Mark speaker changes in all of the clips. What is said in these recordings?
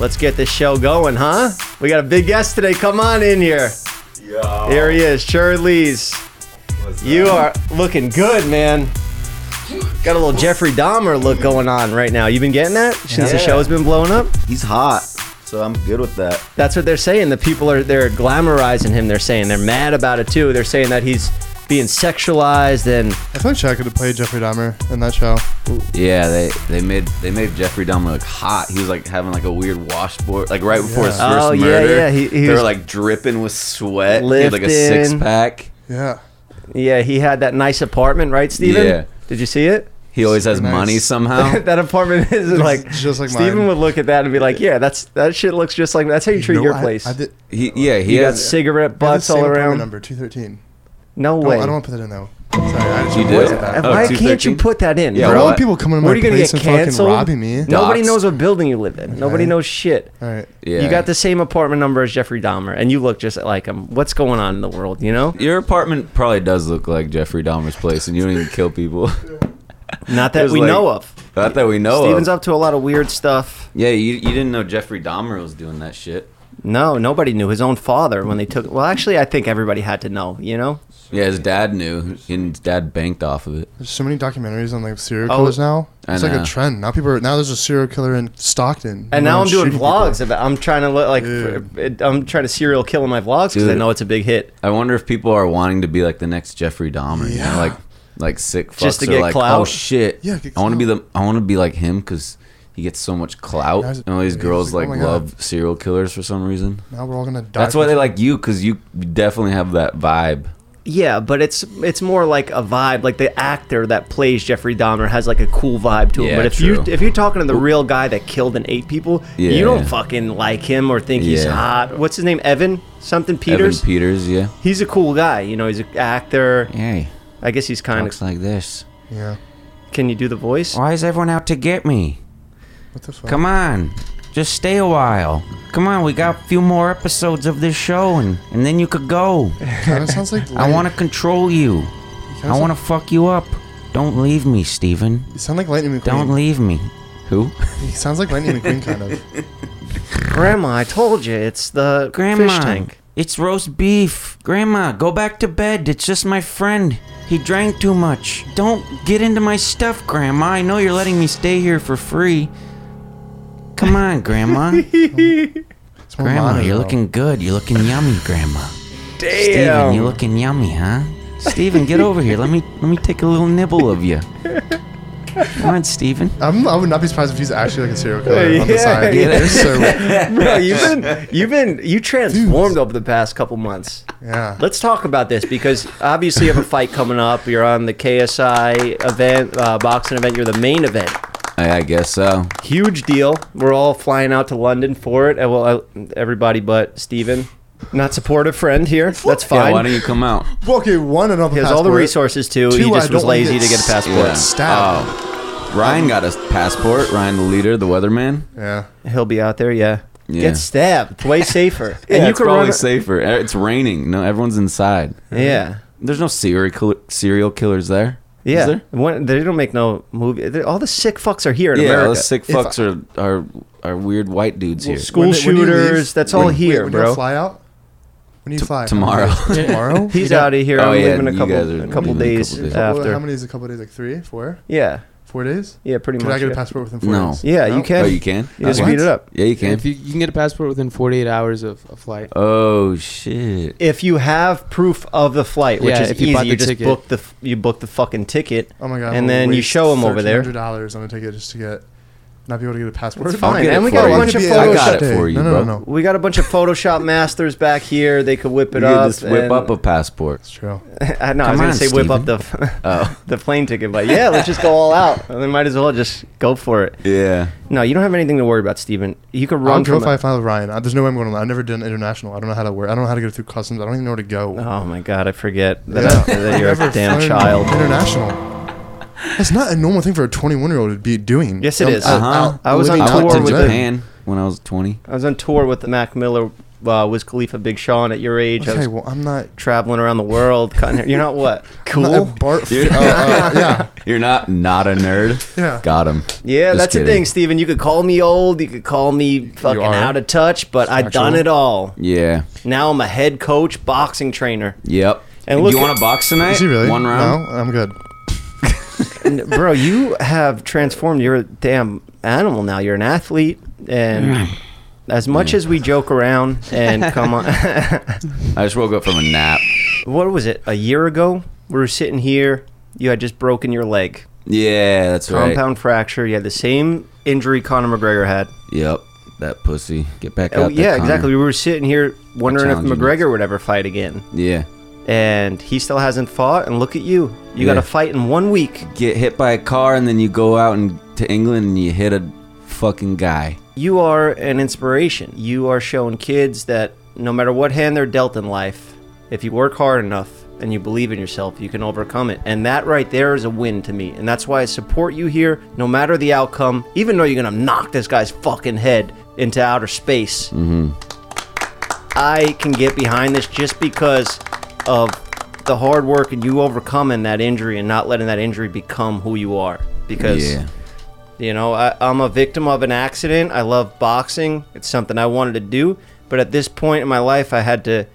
Speaker 1: Let's get this show going, huh? We got a big guest today. Come on in here.
Speaker 2: Yo.
Speaker 1: Here he is, Charlize.
Speaker 2: What's
Speaker 1: You
Speaker 2: up?
Speaker 1: are looking good, man. Got a little Jeffrey Dahmer look going on right now. You been getting that since the
Speaker 2: Yeah.
Speaker 1: show's been blowing up?
Speaker 2: He's hot, so I'm good with that.
Speaker 1: That's what they're saying. The people are they're glamorizing him. They're saying they're mad about it too. They're saying that he's being sexualized and
Speaker 3: I feel like Shaq could have played Jeffrey Dahmer in that show.
Speaker 2: Yeah, they they made they made Jeffrey Dahmer look hot. He was like having like a weird washboard, like right before his
Speaker 1: Yeah.
Speaker 2: first
Speaker 1: Oh, yeah,
Speaker 2: murder.
Speaker 1: yeah, he- he
Speaker 2: they
Speaker 1: was-
Speaker 2: were like dripping with sweat. He had like a six
Speaker 1: Lifting.
Speaker 2: pack.
Speaker 3: Yeah.
Speaker 1: yeah, he had that nice apartment, right, Steven?
Speaker 2: Yeah.
Speaker 1: Did you see it?
Speaker 2: He always has
Speaker 3: Super nice.
Speaker 2: money somehow.
Speaker 1: that apartment is like
Speaker 3: Um, just like
Speaker 1: Steven
Speaker 3: mine.
Speaker 1: would look at that and be like, "Yeah, that's that shit looks just like that's how you treat
Speaker 3: No,
Speaker 1: your
Speaker 3: I-
Speaker 1: place."
Speaker 3: I, did,
Speaker 2: he, yeah, he
Speaker 1: you got
Speaker 2: has.
Speaker 1: cigarette
Speaker 3: I had the
Speaker 1: butts
Speaker 3: same
Speaker 1: all
Speaker 3: apartment
Speaker 1: around.
Speaker 3: number two thirteen.
Speaker 1: No
Speaker 3: No,
Speaker 1: way. Uh,
Speaker 3: I don't want to put that in though. Sorry, I just
Speaker 2: You
Speaker 3: wanna voice
Speaker 2: did?
Speaker 3: it back.
Speaker 2: Oh,
Speaker 1: Why can't you
Speaker 2: 213?
Speaker 1: put that in?
Speaker 2: Yeah,
Speaker 3: Bro,
Speaker 1: bro?
Speaker 2: what?
Speaker 3: people coming to
Speaker 1: What
Speaker 3: my
Speaker 1: are you gonna
Speaker 3: place
Speaker 1: get
Speaker 3: and fucking
Speaker 1: canceled?
Speaker 3: robbing me.
Speaker 1: Nobody
Speaker 2: Doxed.
Speaker 1: knows what building you live in. Nobody
Speaker 3: Right.
Speaker 1: knows shit.
Speaker 3: All right.
Speaker 2: Yeah.
Speaker 1: You got the same apartment number as Jeffrey Dahmer, and you look just like him. What's going on in the world? You know,
Speaker 2: Your apartment probably does look like Jeffrey Dahmer's place, and you don't even kill people.
Speaker 1: not
Speaker 2: It
Speaker 1: that
Speaker 2: was
Speaker 1: we
Speaker 2: like-
Speaker 1: know of.
Speaker 2: Not that we
Speaker 3: Oh,
Speaker 2: know
Speaker 1: Steven's
Speaker 2: of.
Speaker 1: up to a lot of weird stuff.
Speaker 2: Yeah, you, you didn't know Jeffrey Dahmer was doing that shit.
Speaker 1: No, nobody knew his own father when they took. Well, actually, I think everybody had to know. You know,
Speaker 2: Yeah, his dad knew, and his dad banked off of it.
Speaker 3: There's so many documentaries on like serial
Speaker 1: Oh,
Speaker 3: killers now.
Speaker 2: I
Speaker 3: It's like
Speaker 2: know.
Speaker 3: a trend. Now people are now there's a serial killer in Stockton.
Speaker 1: and now I'm
Speaker 3: Everyone's
Speaker 1: doing
Speaker 3: shooting
Speaker 1: vlogs
Speaker 3: people.
Speaker 1: about. I'm trying to look like
Speaker 3: Dude.
Speaker 1: I'm trying to serial kill in my vlogs because I
Speaker 2: Dude.
Speaker 1: know it's a big hit.
Speaker 2: I wonder if people are wanting to be like the next Jeffrey Dahmer, you know,
Speaker 3: Yeah.
Speaker 2: like like sick fucks
Speaker 1: Just to
Speaker 2: are
Speaker 1: get
Speaker 2: like,
Speaker 1: clout?
Speaker 2: oh shit,
Speaker 3: Yeah, get
Speaker 2: I want to
Speaker 3: clout.
Speaker 2: be the I want to be like him because he gets so much clout,
Speaker 3: Guys-
Speaker 2: and all these
Speaker 3: yeah,
Speaker 2: girls
Speaker 3: he's like,
Speaker 2: like,
Speaker 3: "Oh my God."
Speaker 2: love serial killers for some reason.
Speaker 3: Now we're all gonna die.
Speaker 2: That's why they like you because you definitely have that vibe.
Speaker 1: Yeah, but it's it's more like a vibe. Like the actor that plays Jeffrey Dahmer has like a cool vibe to him.
Speaker 2: Yeah,
Speaker 1: but if you
Speaker 2: true.
Speaker 1: if you're talking to the real guy that killed and ate people,
Speaker 2: Yeah.
Speaker 1: you don't fucking like him or think he's
Speaker 2: Yeah.
Speaker 1: hot. What's his name? Evan something Peters.
Speaker 2: Evan Peters, yeah,
Speaker 1: he's a cool guy. You know, he's an actor.
Speaker 2: hey,
Speaker 1: I guess he's kind
Speaker 2: looks
Speaker 1: of.
Speaker 2: like this.
Speaker 3: Yeah.
Speaker 1: Can you do the voice?
Speaker 2: Why is everyone out to get me?
Speaker 3: What the fuck?
Speaker 2: Come on, just stay a while. Come on, we got a few more episodes of this show, and and then you could go.
Speaker 3: Kind of sounds like.
Speaker 2: I want to control you. I want to fuck you up. Don't leave me, Steven.
Speaker 3: You sound like Lightning McQueen.
Speaker 2: Don't leave me. Who?
Speaker 3: He sounds like Lightning McQueen kind of.
Speaker 1: Grandma, I told you it's the
Speaker 4: Grandma,
Speaker 1: fish tank.
Speaker 4: it's roast beef. Grandma, go back to bed. It's just my friend. He drank too much. Don't get into my stuff, Grandma. I know you're letting me stay here for free. Come on, Grandma.
Speaker 3: It's more
Speaker 4: Grandma,
Speaker 3: modern,
Speaker 4: you're
Speaker 3: though.
Speaker 4: looking good. You're looking yummy, Grandma.
Speaker 1: Damn.
Speaker 4: Steven, you're looking yummy, huh? Steven, get over here. Let me let me take a little nibble of you. Come on, Steven.
Speaker 3: I'm, I would not be surprised if he's actually like a serial killer on
Speaker 1: Yeah,
Speaker 3: the side.
Speaker 1: yeah.
Speaker 3: They're so- Yeah.
Speaker 1: Bro, you've been you've been you transformed over the past couple months. Let's talk about this because obviously you have a fight coming up. You're on the KSI event, uh, boxing event. You're the main event.
Speaker 2: I, I guess so.
Speaker 1: Huge deal. We're all flying out to London for it. Uh, Well, uh, everybody but Steven. Not supportive friend here. That's
Speaker 2: Yeah,
Speaker 1: fine.
Speaker 2: why don't you come out?
Speaker 3: Okay, one and
Speaker 1: he has all the resources too. he just was lazy to get a passport.
Speaker 2: Yeah. Oh.
Speaker 3: Stabbed.
Speaker 2: Ryan got a passport. Ryan, the leader, the weatherman.
Speaker 3: Yeah.
Speaker 1: He'll be out there. Yeah.
Speaker 2: Yeah.
Speaker 1: Get stabbed. Way safer.
Speaker 2: Yeah, it's
Speaker 1: could
Speaker 2: probably
Speaker 1: run-
Speaker 2: safer. Eh, It's raining. No, everyone's inside.
Speaker 1: Yeah.
Speaker 2: There's no serial kill- serial killers there. Is
Speaker 1: Yeah,
Speaker 2: there?
Speaker 1: When- they don't make no movie. they- All the sick fucks are here in
Speaker 2: Yeah,
Speaker 1: America.
Speaker 2: those sick
Speaker 3: If
Speaker 2: fucks are, are are weird white dudes here.
Speaker 1: school shooters, that's all here,
Speaker 3: when
Speaker 1: bro.
Speaker 3: You fly out? When do you fly?
Speaker 2: tomorrow.
Speaker 3: tomorrow?
Speaker 1: He's out of here.
Speaker 2: Oh,
Speaker 1: I'm
Speaker 2: yeah,
Speaker 1: leaving a
Speaker 2: you
Speaker 1: couple,
Speaker 2: guys are
Speaker 1: a couple
Speaker 2: leaving in a
Speaker 1: days
Speaker 2: couple days.
Speaker 3: Well,
Speaker 1: after.
Speaker 3: how many is a couple days? Like three, four,
Speaker 1: yeah,
Speaker 3: four days?
Speaker 1: yeah, pretty
Speaker 3: Could
Speaker 1: much.
Speaker 3: I get
Speaker 1: yeah.
Speaker 3: a passport within four
Speaker 2: No.
Speaker 3: days?
Speaker 1: Yeah, you can.
Speaker 2: Oh, you can.
Speaker 1: You just
Speaker 2: Okay.
Speaker 1: speed it up.
Speaker 2: Yeah, you can.
Speaker 5: If you, you can get a passport within 48 hours of a flight.
Speaker 2: Oh shit.
Speaker 1: If you have proof of the flight, which
Speaker 5: Yeah,
Speaker 1: is
Speaker 5: if you
Speaker 1: easy,
Speaker 5: bought
Speaker 1: you
Speaker 5: the
Speaker 1: just
Speaker 5: ticket.
Speaker 1: book the f- you book the fucking ticket.
Speaker 3: Oh my god!
Speaker 1: And then you show 'em over there.
Speaker 3: Hundred dollars on a ticket just to get, not be able to get a passport.
Speaker 1: It's
Speaker 3: I'll
Speaker 1: fine,
Speaker 3: get
Speaker 1: and
Speaker 2: it
Speaker 1: we
Speaker 2: for
Speaker 1: got a
Speaker 2: you.
Speaker 1: bunch of
Speaker 3: It
Speaker 2: I
Speaker 3: could be
Speaker 1: photos.
Speaker 3: a
Speaker 2: got it
Speaker 3: day.
Speaker 2: for you,
Speaker 3: No, no,
Speaker 2: bro.
Speaker 3: no, no.
Speaker 1: We got a bunch of Photoshop masters back here. They could whip it
Speaker 2: You could
Speaker 1: up.
Speaker 2: just whip
Speaker 1: and-
Speaker 2: up a passport.
Speaker 3: It's true.
Speaker 1: I know, I was
Speaker 4: Come
Speaker 1: gonna
Speaker 4: on,
Speaker 1: say whip up the f-
Speaker 2: Oh
Speaker 1: the plane ticket, but yeah, let's just go all out. And then might as well just go for it.
Speaker 2: yeah.
Speaker 1: No, you don't have anything to worry about, Steven. You can run
Speaker 3: I'll go
Speaker 1: from.
Speaker 3: if I fly with Ryan. Uh, There's no way I'm going. on- I've never done international. I don't know how to work. I don't know how to go through customs. I don't even know where to go.
Speaker 1: oh my god, I forget that,
Speaker 3: Yeah.
Speaker 1: that you're a
Speaker 3: Never
Speaker 1: damn
Speaker 3: flown
Speaker 1: child.
Speaker 3: International. That's not a normal thing for a 21 year old to be doing.
Speaker 1: Yes, it
Speaker 3: Um,
Speaker 1: is.
Speaker 3: out-
Speaker 2: Uh-huh.
Speaker 3: out
Speaker 1: I was on
Speaker 3: living
Speaker 2: I
Speaker 1: tour
Speaker 2: went
Speaker 3: outside
Speaker 2: to
Speaker 1: with
Speaker 3: Japan.
Speaker 2: Japan when I was 20.
Speaker 1: I was on tour with Mac Miller uh, was Khalifa Big Sean at your age. I
Speaker 3: Okay,
Speaker 1: was
Speaker 3: well, I'm not.
Speaker 1: traveling around the world, cutting hair. You're not what?
Speaker 3: I'm not
Speaker 1: Cool.
Speaker 3: a Bart.
Speaker 2: Dude.
Speaker 3: uh, uh, yeah,
Speaker 2: You're not not a nerd.
Speaker 3: Yeah.
Speaker 2: Got him.
Speaker 1: oh, Yeah,
Speaker 2: Just
Speaker 1: that's the
Speaker 2: kidding.
Speaker 1: thing, Steven. You could call me old, you could call me fucking
Speaker 3: are.
Speaker 1: out of touch, but I've done
Speaker 3: factual.
Speaker 1: it all.
Speaker 2: Yeah.
Speaker 1: Now I'm a head coach, boxing trainer.
Speaker 2: Yep.
Speaker 1: And look
Speaker 4: you
Speaker 1: at-
Speaker 4: want to box tonight?
Speaker 3: is he really?
Speaker 4: One round.
Speaker 3: No, I'm good.
Speaker 1: N- bro you have transformed you're a damn animal now you're an athlete and as much as we joke around and come on
Speaker 2: I just woke up from a nap.
Speaker 1: what was it a year ago we were sitting here you had just broken your leg
Speaker 2: Yeah, that's right.
Speaker 1: compound fracture you had the same injury conor mcgregor had
Speaker 2: Yep. That pussy. Get back
Speaker 1: oh
Speaker 2: out there,
Speaker 1: yeah
Speaker 2: Connor.
Speaker 1: exactly we were sitting here wondering if
Speaker 2: challenge you
Speaker 1: mcgregor would ever fight again
Speaker 2: Yeah.
Speaker 1: and he still hasn't fought and look at you you got
Speaker 2: Yeah.
Speaker 1: a fight in one week
Speaker 2: Get hit by a car and then you go out and to England and you hit a fucking guy.
Speaker 1: you are an inspiration. You are showing kids that no matter what hand they're dealt in life, if you work hard enough and you believe in yourself, you can overcome it. And that right there is a win to me. And that's why I support you here, no matter the outcome, even though you're going to knock this guy's fucking head into outer space. I can get behind this just because of the hard work and you overcoming that injury and not letting that injury become who you are. Because.
Speaker 2: Yeah.
Speaker 1: You know, I, I'm a victim of an accident. I love boxing. It's something I wanted to do. But at this point in my life, I had to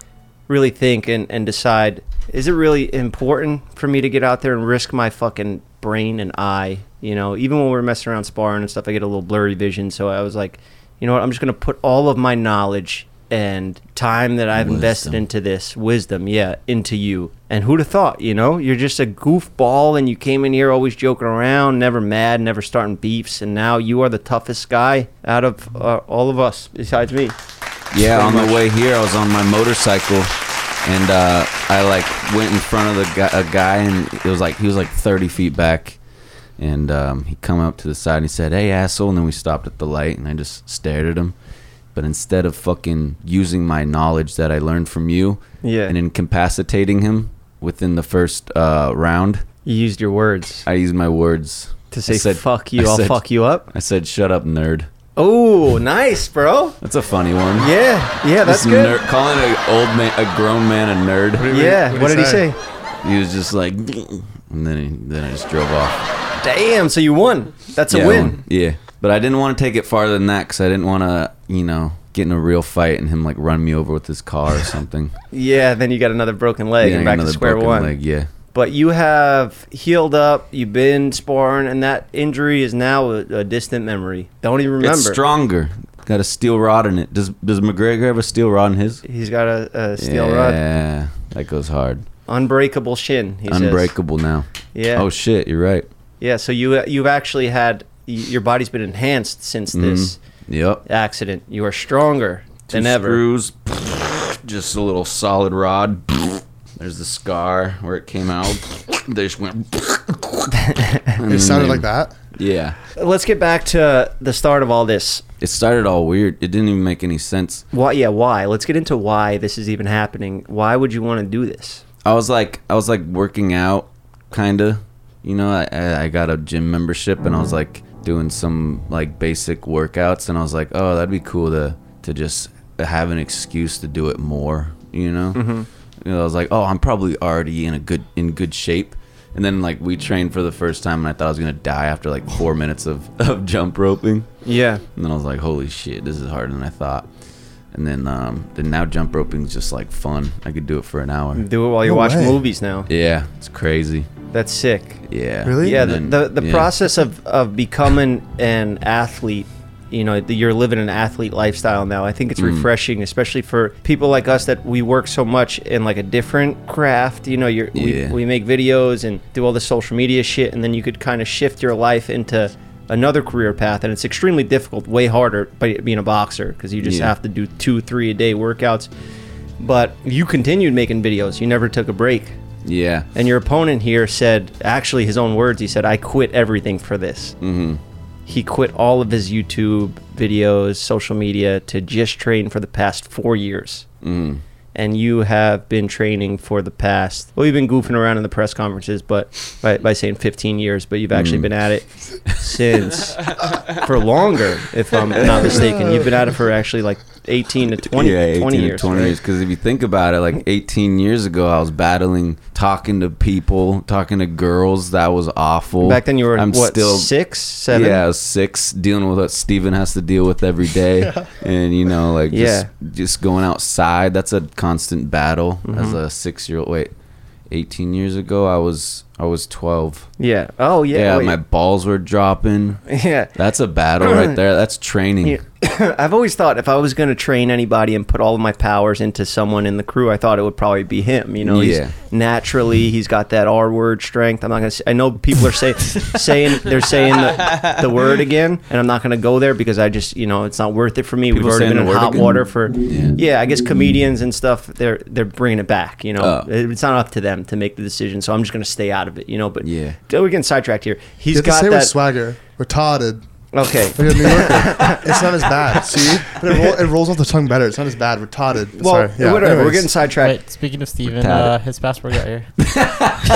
Speaker 1: really think and, and decide is it really important for me to get out there and risk my fucking brain and eye? You know, even when we were messing around sparring and stuff, I get a little blurry vision. So I was like, you know what? I'm just going to put all of my knowledge and time that I've invested
Speaker 2: Wisdom.
Speaker 1: into this wisdom, yeah, into you. And who'd have thought, you know? You're just a goofball and you came in here always joking around, never mad, never starting beefs, and now you are the toughest guy out of uh, all of us besides me.
Speaker 2: Yeah, on the way here, I was on my motorcycle, and uh, I like went in front of the guy, a guy, and it was like he was like 30 feet back, and um, he come up to the side and he said, "Hey, asshole!" And then we stopped at the light, and I just stared at him. But instead of fucking using my knowledge that I learned from you,
Speaker 1: Yeah.
Speaker 2: and incapacitating him within the first uh, round,
Speaker 1: You used your words
Speaker 2: I used my words
Speaker 1: to
Speaker 2: I
Speaker 1: say
Speaker 2: said-
Speaker 1: fuck you,
Speaker 2: I
Speaker 1: I'll
Speaker 2: said-
Speaker 1: fuck you up.
Speaker 2: I said, "Shut up, nerd."
Speaker 1: Oh, nice, bro.
Speaker 2: That's a funny one.
Speaker 1: Yeah, yeah, that's
Speaker 2: This
Speaker 1: good.
Speaker 2: ner- calling an old man, a grown man, a nerd.
Speaker 1: yeah, what did he say?
Speaker 2: He was just like, and then he, then I just drove off.
Speaker 1: Damn, so you won. That's a
Speaker 2: Yeah, I
Speaker 1: win.
Speaker 2: won. Yeah, but I didn't want to take it farther than that because I didn't want to, you know, get in a real fight and him like run me over with his car or something.
Speaker 1: Yeah, then you got another broken leg
Speaker 2: Yeah,
Speaker 1: and back to
Speaker 2: another
Speaker 1: square
Speaker 2: broken
Speaker 1: one.
Speaker 2: leg, yeah,
Speaker 1: but you have healed up. You've been sparring, and that injury is now a, a distant memory. Don't even remember.
Speaker 2: it's stronger. Got a steel rod in it. Does Does McGregor have a steel rod in his?
Speaker 1: He's got a, a steel rod,
Speaker 2: yeah, that goes hard.
Speaker 1: unbreakable shin. He says.
Speaker 2: Unbreakable now.
Speaker 1: Yeah.
Speaker 2: Oh shit, you're right.
Speaker 1: yeah. So you you've actually had y- your body's been enhanced since
Speaker 2: Mm-hmm.
Speaker 1: this
Speaker 2: Yep.
Speaker 1: accident. You are stronger
Speaker 2: Two
Speaker 1: than ever.
Speaker 2: screws, just a little solid rod. There's the scar where it came out. They just went.
Speaker 4: Mm.
Speaker 3: It sounded like that.
Speaker 2: Yeah.
Speaker 1: Let's get back to the start of all this.
Speaker 2: It started all weird. It didn't even make any sense.
Speaker 1: Why? Yeah. Why? Let's get into why this is even happening. Why would you want to do this?
Speaker 2: I was like, I was like working out, kinda. You know, I- I, I got a gym membership and I was like doing some like basic workouts and I was like, oh, that'd be cool to to just have an excuse to do it more. You know, you know, I was like, oh, I'm probably already in a good in good shape. And then like we trained for the first time and I thought I was gonna die after like four minutes of, of jump roping.
Speaker 1: Yeah.
Speaker 2: And then I was like, holy shit, this is harder than I thought. And then um, then now jump roping's just like fun. I could do it for an hour.
Speaker 1: Do it while you
Speaker 3: No
Speaker 1: watch
Speaker 3: way.
Speaker 1: movies now.
Speaker 2: Yeah, it's crazy.
Speaker 1: That's sick.
Speaker 2: Yeah.
Speaker 3: Really?
Speaker 1: Yeah,
Speaker 2: And
Speaker 1: the,
Speaker 2: then-
Speaker 1: the, the
Speaker 2: yeah.
Speaker 1: process of, of becoming an athlete, you know, the, you're living an athlete lifestyle now. I think it's
Speaker 2: Mm.
Speaker 1: refreshing, especially for people like us that we work so much in like a different craft. You know, you're,
Speaker 2: Yeah.
Speaker 1: we, we make videos and do all the social media shit, and then you could kind of shift your life into another career path. And it's extremely difficult, way harder by being a boxer because you just
Speaker 2: Yeah.
Speaker 1: have to do two, three a day workouts. But you continued making videos, you never took a break.
Speaker 2: Yeah.
Speaker 1: And your opponent here said, actually, his own words, he said, I quit everything for this. Mm-hmm. He quit all of his YouTube videos, social media to just train for the past four years. Mm. and you have been training for the past. Well, you've been goofing around in the press conferences, but by, by saying 15 years, but you've actually
Speaker 2: Mm.
Speaker 1: been at it since for longer, if I'm not mistaken. You've been at it for actually like 18 to 20,
Speaker 2: yeah,
Speaker 1: 20
Speaker 2: to
Speaker 1: years.
Speaker 2: 20 years. Because if you think about it, like 18 years ago, I was battling, talking to people, talking to girls. That was awful.
Speaker 1: Back then, you were
Speaker 2: I'm
Speaker 1: what
Speaker 2: still-
Speaker 1: six, seven?
Speaker 2: Yeah, I was six, dealing with what Steven has to deal with every day. And, you know, like just, just going outside, that's a constant battle
Speaker 1: Mm-hmm.
Speaker 2: as a six year old. Wait. 18 years ago I was I was 12.
Speaker 1: Yeah. Oh yeah.
Speaker 2: Yeah,
Speaker 1: wait.
Speaker 2: my balls were dropping.
Speaker 1: yeah.
Speaker 2: That's a battle right there. That's training.
Speaker 1: Yeah. I've always thought if I was going to train anybody and put all of my powers into someone in the crew, I thought it would probably be him. You know,
Speaker 2: Yeah.
Speaker 1: he's naturally he's got that R word strength. I'm not going to. I know people are saying saying they're saying the, the word again, and I'm not going to go there because I just you know it's not worth it for me.
Speaker 2: People
Speaker 1: We've already
Speaker 2: saying
Speaker 1: been in
Speaker 2: the word
Speaker 1: hot
Speaker 2: again?
Speaker 1: water for yeah.
Speaker 2: Yeah.
Speaker 1: I guess comedians and stuff they're they're bringing it back. You know,
Speaker 2: Oh.
Speaker 1: it's not up to them to make the decision. So I'm just going to stay out of it. You know, but
Speaker 2: Yeah.
Speaker 1: we're getting sidetracked here. He's
Speaker 3: you have to
Speaker 1: got
Speaker 3: say with
Speaker 1: that.
Speaker 3: swagger. Retarded.
Speaker 1: okay.
Speaker 3: Like a New Yorker. it's not as bad. See, but it, roll, it rolls off the tongue better. It's not as bad. Retarded.
Speaker 1: Well,
Speaker 3: Sorry. Yeah,
Speaker 1: whatever. We're
Speaker 3: anyways.
Speaker 1: getting sidetracked.
Speaker 6: Wait, speaking of Steven,
Speaker 2: Tad.
Speaker 6: uh, his passport got here.
Speaker 1: Look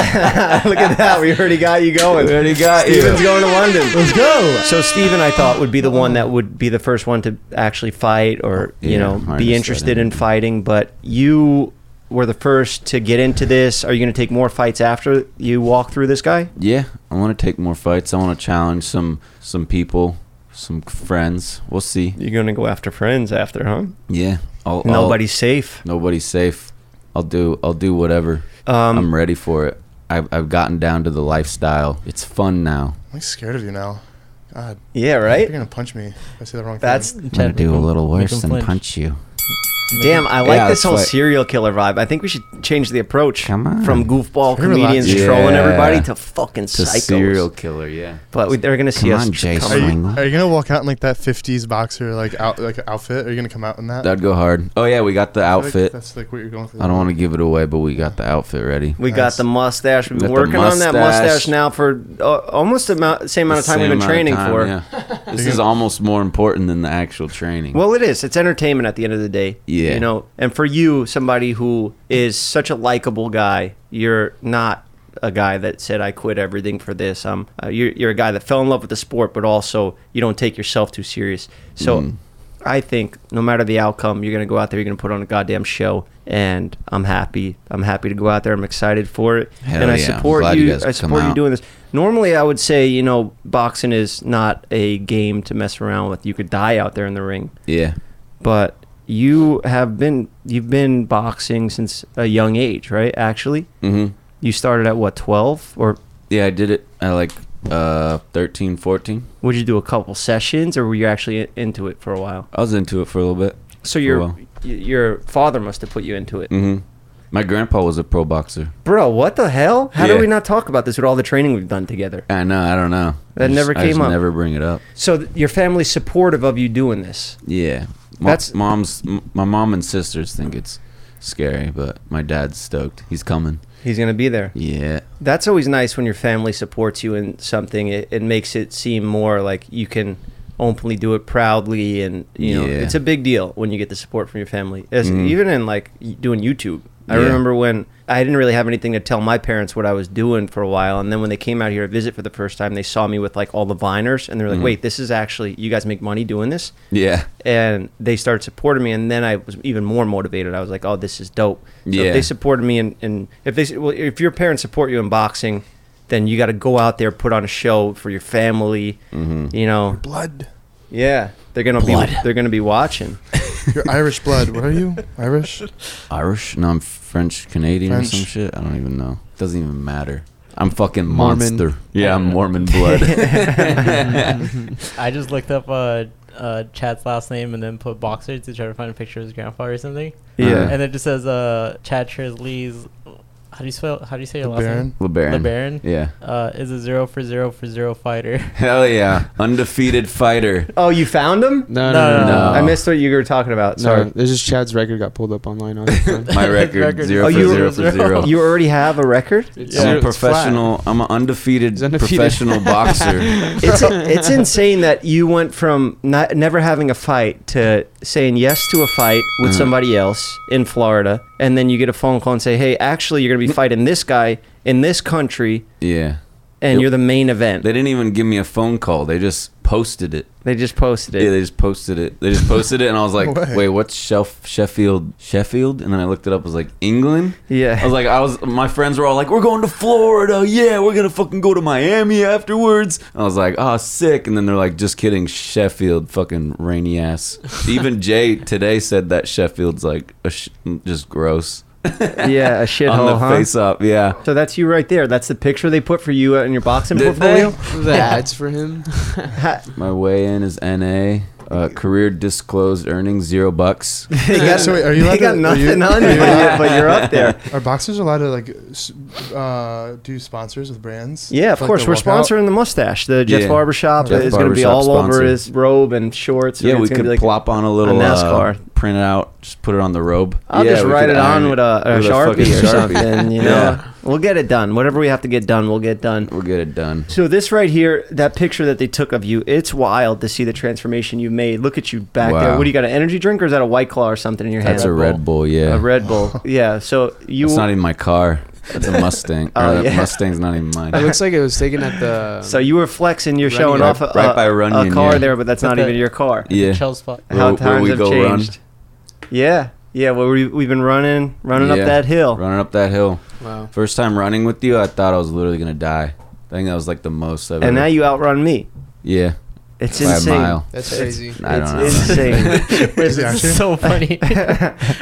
Speaker 1: at that. We already got you going.
Speaker 2: already got
Speaker 1: Steven's going to London.
Speaker 3: Let's go.
Speaker 1: So Steven, I thought, would be the one that would be the first one to actually fight or, you
Speaker 2: Yeah, I
Speaker 1: know,
Speaker 2: understand
Speaker 1: be interested
Speaker 2: that.
Speaker 1: in fighting. But you were the first to get into this. Are you going to take more fights after you walk through this guy?
Speaker 2: Yeah, I want to take more fights. I want to challenge some some people, some friends. We'll see.
Speaker 1: You're going to go after friends after, huh?
Speaker 2: Yeah, I'll, I'll-
Speaker 1: Nobody's safe.
Speaker 2: nobody's safe. I'll do I'll do whatever.
Speaker 1: Um,
Speaker 2: I'm ready for it. I've I've gotten down to the lifestyle. It's fun now.
Speaker 3: I'm like scared of you now. God,
Speaker 1: yeah,
Speaker 3: you're
Speaker 1: right?
Speaker 3: gonna punch me. If I say the wrong
Speaker 1: That's
Speaker 3: thing.
Speaker 2: I'm gonna do a little
Speaker 6: make him
Speaker 2: worse and
Speaker 6: flinch.
Speaker 2: punch you.
Speaker 1: damn. I like
Speaker 2: Yeah,
Speaker 1: this
Speaker 2: that's
Speaker 1: whole
Speaker 2: what-
Speaker 1: serial killer vibe. I think we should change the approach
Speaker 2: Come on.
Speaker 1: from goofball
Speaker 3: Relax.
Speaker 1: comedians trolling
Speaker 2: Yeah.
Speaker 1: everybody to fucking
Speaker 2: To
Speaker 1: psychos.
Speaker 2: serial killer. Yeah.
Speaker 1: But we, they're going to see
Speaker 2: Come
Speaker 1: us
Speaker 2: on,
Speaker 1: tr-
Speaker 2: Jason.
Speaker 1: coming.
Speaker 3: Are you,
Speaker 2: Strangle.
Speaker 3: are you gonna walk out in like that '50s boxer like out like outfit? Are you gonna come out in that?
Speaker 2: That'd go hard. Oh yeah, we got the
Speaker 3: I feel like
Speaker 2: outfit.
Speaker 3: that's like what you're going through.
Speaker 2: I don't want to give it away, but we got the outfit ready.
Speaker 1: We got
Speaker 3: Nice.
Speaker 1: the mustache. We've
Speaker 2: Got
Speaker 1: been
Speaker 2: the
Speaker 1: working on that
Speaker 2: mustache.
Speaker 1: mustache now for uh, almost the amount, same amount of time
Speaker 2: Same
Speaker 1: we've been
Speaker 2: amount of
Speaker 1: training
Speaker 2: time,
Speaker 1: for.
Speaker 2: yeah. This is almost more important than the actual training.
Speaker 1: Well, it is. It's entertainment at the end of the day.
Speaker 2: Yeah.
Speaker 1: You know, and for you, somebody who is such a likable guy, you're not a guy that said I quit everything for this. Um, uh, you're, you're a guy that fell in love with the sport, but also you don't take yourself too serious. So.
Speaker 2: Mm-hmm.
Speaker 1: I think no matter the outcome, you're gonna go out there. You're gonna put on a goddamn show, and I'm happy. I'm happy to go out there. I'm excited for it,
Speaker 2: Hell
Speaker 1: and I
Speaker 2: yeah. I'm
Speaker 1: support
Speaker 2: glad
Speaker 1: you.
Speaker 2: you guys
Speaker 1: I
Speaker 2: come
Speaker 1: support you doing
Speaker 2: out.
Speaker 1: doing this. Normally, I would say, you know, boxing is not a game to mess around with. You could die out there in the ring.
Speaker 2: yeah.
Speaker 1: But you have been you've been boxing since a young age, right? Actually,
Speaker 2: Mm-hmm.
Speaker 1: you started at what 12 or
Speaker 2: Yeah, I did it at like uh, 13, 14.
Speaker 1: would you do a couple sessions or were you actually i- into it for a while?
Speaker 2: I was into it for a little bit.
Speaker 1: So your
Speaker 2: while.
Speaker 1: y- your father must have put you into it.
Speaker 2: Mm-hmm. My grandpa was a pro boxer.
Speaker 1: Bro, what the hell? How do
Speaker 2: Yeah.
Speaker 1: we not talk about this with all the training we've done together?
Speaker 2: I know. I don't know.
Speaker 1: That
Speaker 2: I just-
Speaker 1: never
Speaker 2: I just
Speaker 1: came up.
Speaker 2: Never bring it up.
Speaker 1: So th- your family's supportive of you doing this.
Speaker 2: Yeah. My,
Speaker 1: That's-
Speaker 2: mom's. M- my mom and sisters think it's scary, but my dad's stoked. He's coming.
Speaker 1: He's going to be there.
Speaker 2: Yeah.
Speaker 1: That's always nice when your family supports you in something. It, it makes it seem more like you can openly do it proudly, and you know
Speaker 2: Yeah.
Speaker 1: it's a big deal when you get the support from your family. As,
Speaker 2: Mhm.
Speaker 1: Even in like y- doing YouTube, I
Speaker 2: Yeah.
Speaker 1: remember when I didn't really have anything to tell my parents what I was doing for a while, and then when they came out here to visit for the first time, they saw me with like all the viners, and they're
Speaker 2: Mm-hmm.
Speaker 1: like, "Wait, this is actually you guys make money doing this."
Speaker 2: Yeah.
Speaker 1: and they started supporting me and then i was even more motivated i was like oh this is dope so if
Speaker 2: Yeah.
Speaker 1: they supported me and, and if they well, if your parents support you in boxing then you got to go out there put on a show for your family
Speaker 2: Mm-hmm.
Speaker 1: you know
Speaker 3: blood.
Speaker 1: yeah they're gonna be
Speaker 2: Blood.
Speaker 1: they're gonna be watching
Speaker 3: You're Irish blood. What are you? Irish?
Speaker 2: Irish? No, I'm French Canadian
Speaker 3: French.
Speaker 2: or some shit. I don't even know. Doesn't even matter. I'm fucking
Speaker 5: Mormon.
Speaker 2: monster. Yeah, I'm Mormon blood.
Speaker 6: I just looked up uh, uh, Chad's last name and then put boxer to try to find a picture of his grandpa or something.
Speaker 2: Yeah.
Speaker 6: And it just says uh, Chad Cheers Lee's. How do you spell? How do you say your last
Speaker 3: Baron.
Speaker 6: name?
Speaker 2: LeBaron.
Speaker 6: LeBaron.
Speaker 2: Yeah.
Speaker 6: Uh, is a zero for zero for zero fighter.
Speaker 2: Hell yeah. Undefeated fighter.
Speaker 1: oh you found him
Speaker 6: No,
Speaker 5: No, no, no.
Speaker 6: no,
Speaker 5: no.
Speaker 1: i missed what you were talking about
Speaker 5: Sorry,
Speaker 1: sorry
Speaker 5: there's just Chad's record got pulled up online. On his phone.
Speaker 2: My
Speaker 6: His
Speaker 2: record,
Speaker 6: record's
Speaker 2: zero
Speaker 1: Oh,
Speaker 2: for
Speaker 1: you-
Speaker 2: zero for zero.
Speaker 1: you already have a record
Speaker 5: It's-
Speaker 2: I'm a
Speaker 5: it's
Speaker 2: professional. I'm an undefeated,
Speaker 5: He's undefeated.
Speaker 2: professional boxer.
Speaker 1: it's it's insane that you went from not, never having a fight to saying yes to a fight with
Speaker 2: Mm-hmm.
Speaker 1: somebody else in Florida, and then you get a phone call and say, "Hey, actually, you're
Speaker 2: Mm.
Speaker 1: gonna be fighting this guy in this country,
Speaker 2: Yeah.
Speaker 1: and
Speaker 2: Yep.
Speaker 1: you're the main event."
Speaker 2: They didn't even give me a phone call. They just posted it.
Speaker 1: They just posted it.
Speaker 2: Yeah, they just posted it. They just posted it, and I was like,
Speaker 3: way.
Speaker 2: "Wait, what's Shef- Sheffield? Sheffield?" And then I looked it up. I was like, "England."
Speaker 1: Yeah.
Speaker 2: I was like, I was. My friends were all like, "We're going to Florida. Yeah, we're gonna fucking go to Miami afterwards." And I was like, "Ah, sick." And then they're like, "Just kidding, Sheffield, fucking rainy ass." Even Jay today said that Sheffield's like a sh- just gross
Speaker 1: yeah, a
Speaker 2: on the
Speaker 1: shithole, huh?
Speaker 2: face up. Yeah.
Speaker 1: So that's you right there. That's the picture they put for you in your boxing
Speaker 2: Did
Speaker 1: portfolio.
Speaker 5: the ads for him.
Speaker 2: My weigh in is NA. Uh, career disclosed earnings zero bucks.
Speaker 1: They
Speaker 3: Yeah, so wait, are you
Speaker 1: they
Speaker 3: allowed
Speaker 1: got
Speaker 3: to- are you-
Speaker 1: nothing on you,
Speaker 3: are you allowed-
Speaker 1: but you're up there.
Speaker 3: Are boxers allowed to like s- uh, do sponsors with brands?
Speaker 1: Yeah, of
Speaker 3: Like,
Speaker 1: course.
Speaker 3: the
Speaker 1: We're
Speaker 3: walkout?
Speaker 1: sponsoring the mustache. The Jeff
Speaker 2: Yeah.
Speaker 1: Barber Shop
Speaker 2: Jeff
Speaker 1: is going to be
Speaker 2: Barbershop
Speaker 1: all over
Speaker 2: sponsor.
Speaker 1: his robe and shorts.
Speaker 2: Yeah,
Speaker 1: and
Speaker 2: we
Speaker 1: it's gonna
Speaker 2: could
Speaker 1: be like,
Speaker 2: plop on a little
Speaker 1: NASCAR.
Speaker 2: Uh, print it out, just put it on the robe.
Speaker 1: I'll
Speaker 2: Yeah,
Speaker 1: just
Speaker 2: we
Speaker 1: write
Speaker 2: could
Speaker 1: it
Speaker 2: iron
Speaker 1: on with a, a
Speaker 2: with a
Speaker 1: sharpie
Speaker 2: fucking
Speaker 1: or
Speaker 2: Sharpie.
Speaker 1: something. You know,
Speaker 2: Yeah.
Speaker 1: we'll get it done. Whatever we have to get done, we'll get done.
Speaker 2: We'll get it done.
Speaker 1: So this right here, that picture that they took of you, it's wild to see the transformation you made. Look at you back there.
Speaker 2: Wow.
Speaker 1: What do you got? An energy drink or is that a White Claw or something in your hand?
Speaker 2: That's a Red Bull, yeah.
Speaker 1: A Red Bull. Yeah. So you.
Speaker 2: it's not even my car. That's a Mustang.
Speaker 1: Oh,
Speaker 2: Or that
Speaker 1: yeah.
Speaker 2: Mustang's not even
Speaker 5: It
Speaker 2: mine.
Speaker 5: looks like it was taken at the.
Speaker 1: so you were flexing. You're showing off
Speaker 5: Runyon.
Speaker 1: a,
Speaker 2: Right
Speaker 1: a-
Speaker 2: by Runyon,
Speaker 1: a car
Speaker 2: yeah.
Speaker 1: there, but that's
Speaker 6: But
Speaker 1: not
Speaker 6: the-
Speaker 1: even your car.
Speaker 2: Yeah.
Speaker 6: Chill spot.
Speaker 1: How
Speaker 2: Where- where
Speaker 1: times
Speaker 2: we
Speaker 1: have
Speaker 2: go run.
Speaker 1: changed. Yeah. Yeah. Well, we, we've been running, running
Speaker 2: Yeah.
Speaker 1: up that hill.
Speaker 2: Running up that hill.
Speaker 5: wow.
Speaker 2: First time running with you, I thought I was literally going to die. I think that was like the most I've
Speaker 1: And now
Speaker 2: ever.
Speaker 1: you outrun me.
Speaker 2: yeah.
Speaker 1: It's
Speaker 2: by
Speaker 1: insane.
Speaker 2: a mile.
Speaker 5: That's
Speaker 1: It's-
Speaker 5: crazy.
Speaker 2: I don't know.
Speaker 1: it's insane.
Speaker 3: Is it
Speaker 6: this
Speaker 3: actually?
Speaker 6: is so funny.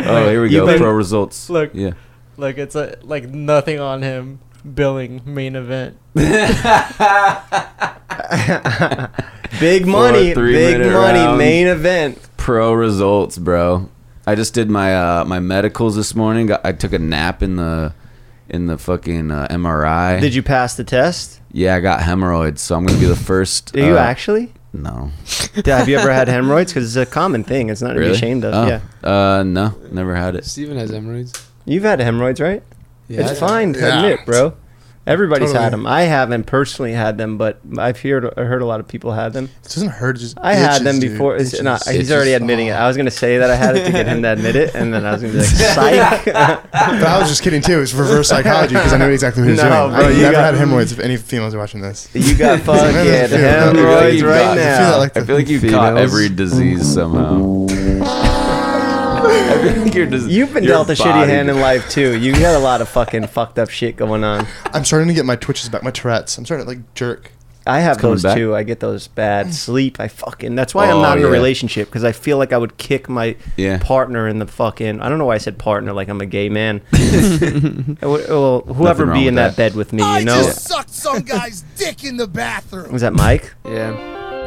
Speaker 2: Oh, here we
Speaker 1: You've
Speaker 2: go.
Speaker 1: been-
Speaker 2: Pro results.
Speaker 6: Look.
Speaker 2: Yeah.
Speaker 6: like it's a, like nothing on him. Billing main event.
Speaker 1: big money,
Speaker 2: three
Speaker 1: big
Speaker 2: minute
Speaker 1: money,
Speaker 2: rounds.
Speaker 1: main event.
Speaker 2: pro results, bro. I just did my uh, my medicals this morning. Got- I took a nap in the in the fucking uh, MRI.
Speaker 1: Did you pass the test?
Speaker 2: Yeah, I got hemorrhoids, so I'm gonna be the first.
Speaker 1: Do you
Speaker 2: uh,
Speaker 1: actually?
Speaker 2: No,
Speaker 1: Have you ever had hemorrhoids? Because it's a common thing. It's not to be
Speaker 2: really?
Speaker 1: ashamed of.
Speaker 2: Oh,
Speaker 1: Yeah,
Speaker 2: Uh, no, never had it.
Speaker 5: Steven has hemorrhoids.
Speaker 1: you've had hemorrhoids, right?
Speaker 5: Yeah,
Speaker 1: it's fine to
Speaker 3: Yeah.
Speaker 1: admit, bro. Everybody's had
Speaker 3: Totally.
Speaker 1: them. I haven't personally had them, but I've heard I heard a lot of people had them.
Speaker 3: It doesn't hurt. it Just
Speaker 1: I had
Speaker 3: itches,
Speaker 1: them
Speaker 3: dude.
Speaker 1: before. It's,
Speaker 3: Itches.
Speaker 1: no, he's
Speaker 2: Itches.
Speaker 1: already admitting it. I was gonna say that I had it to get him to admit it, and then I was gonna be like, "Psych."
Speaker 3: But I was just kidding too. It's reverse psychology because I knew exactly what he was
Speaker 1: No,
Speaker 3: doing.
Speaker 1: bro,
Speaker 3: I
Speaker 1: you
Speaker 3: never
Speaker 1: got-
Speaker 3: had hemorrhoids. If any females are watching this,
Speaker 1: you got fucking
Speaker 3: I feel that.
Speaker 1: hemorrhoids
Speaker 2: You
Speaker 1: right
Speaker 2: got- you
Speaker 3: I feel that
Speaker 1: now.
Speaker 3: like
Speaker 2: I feel like you caught every disease somehow. I feel like you're just,
Speaker 1: You've been
Speaker 2: your
Speaker 1: dealt a shitty
Speaker 2: body-
Speaker 1: hand in life too. You got a lot of fucking fucked up shit going on.
Speaker 3: I'm starting to get my twitches back, my Tourette's. I'm starting to like jerk.
Speaker 1: I have
Speaker 2: It's coming
Speaker 1: those
Speaker 2: back.
Speaker 1: too. I get those bad sleep. I fucking. That's why I'm
Speaker 2: Oh,
Speaker 1: not in a
Speaker 2: yeah.
Speaker 1: relationship because I feel like I would kick my
Speaker 2: Yeah.
Speaker 1: partner in the fucking. I don't know why I said partner like I'm a gay man. I would- well, whoever
Speaker 2: wrong
Speaker 1: be
Speaker 2: with
Speaker 1: in that
Speaker 2: that.
Speaker 1: bed with me,
Speaker 7: I
Speaker 1: you know.
Speaker 7: just sucked some guy's dick in the bathroom.
Speaker 1: Is that Mike?
Speaker 5: Yeah.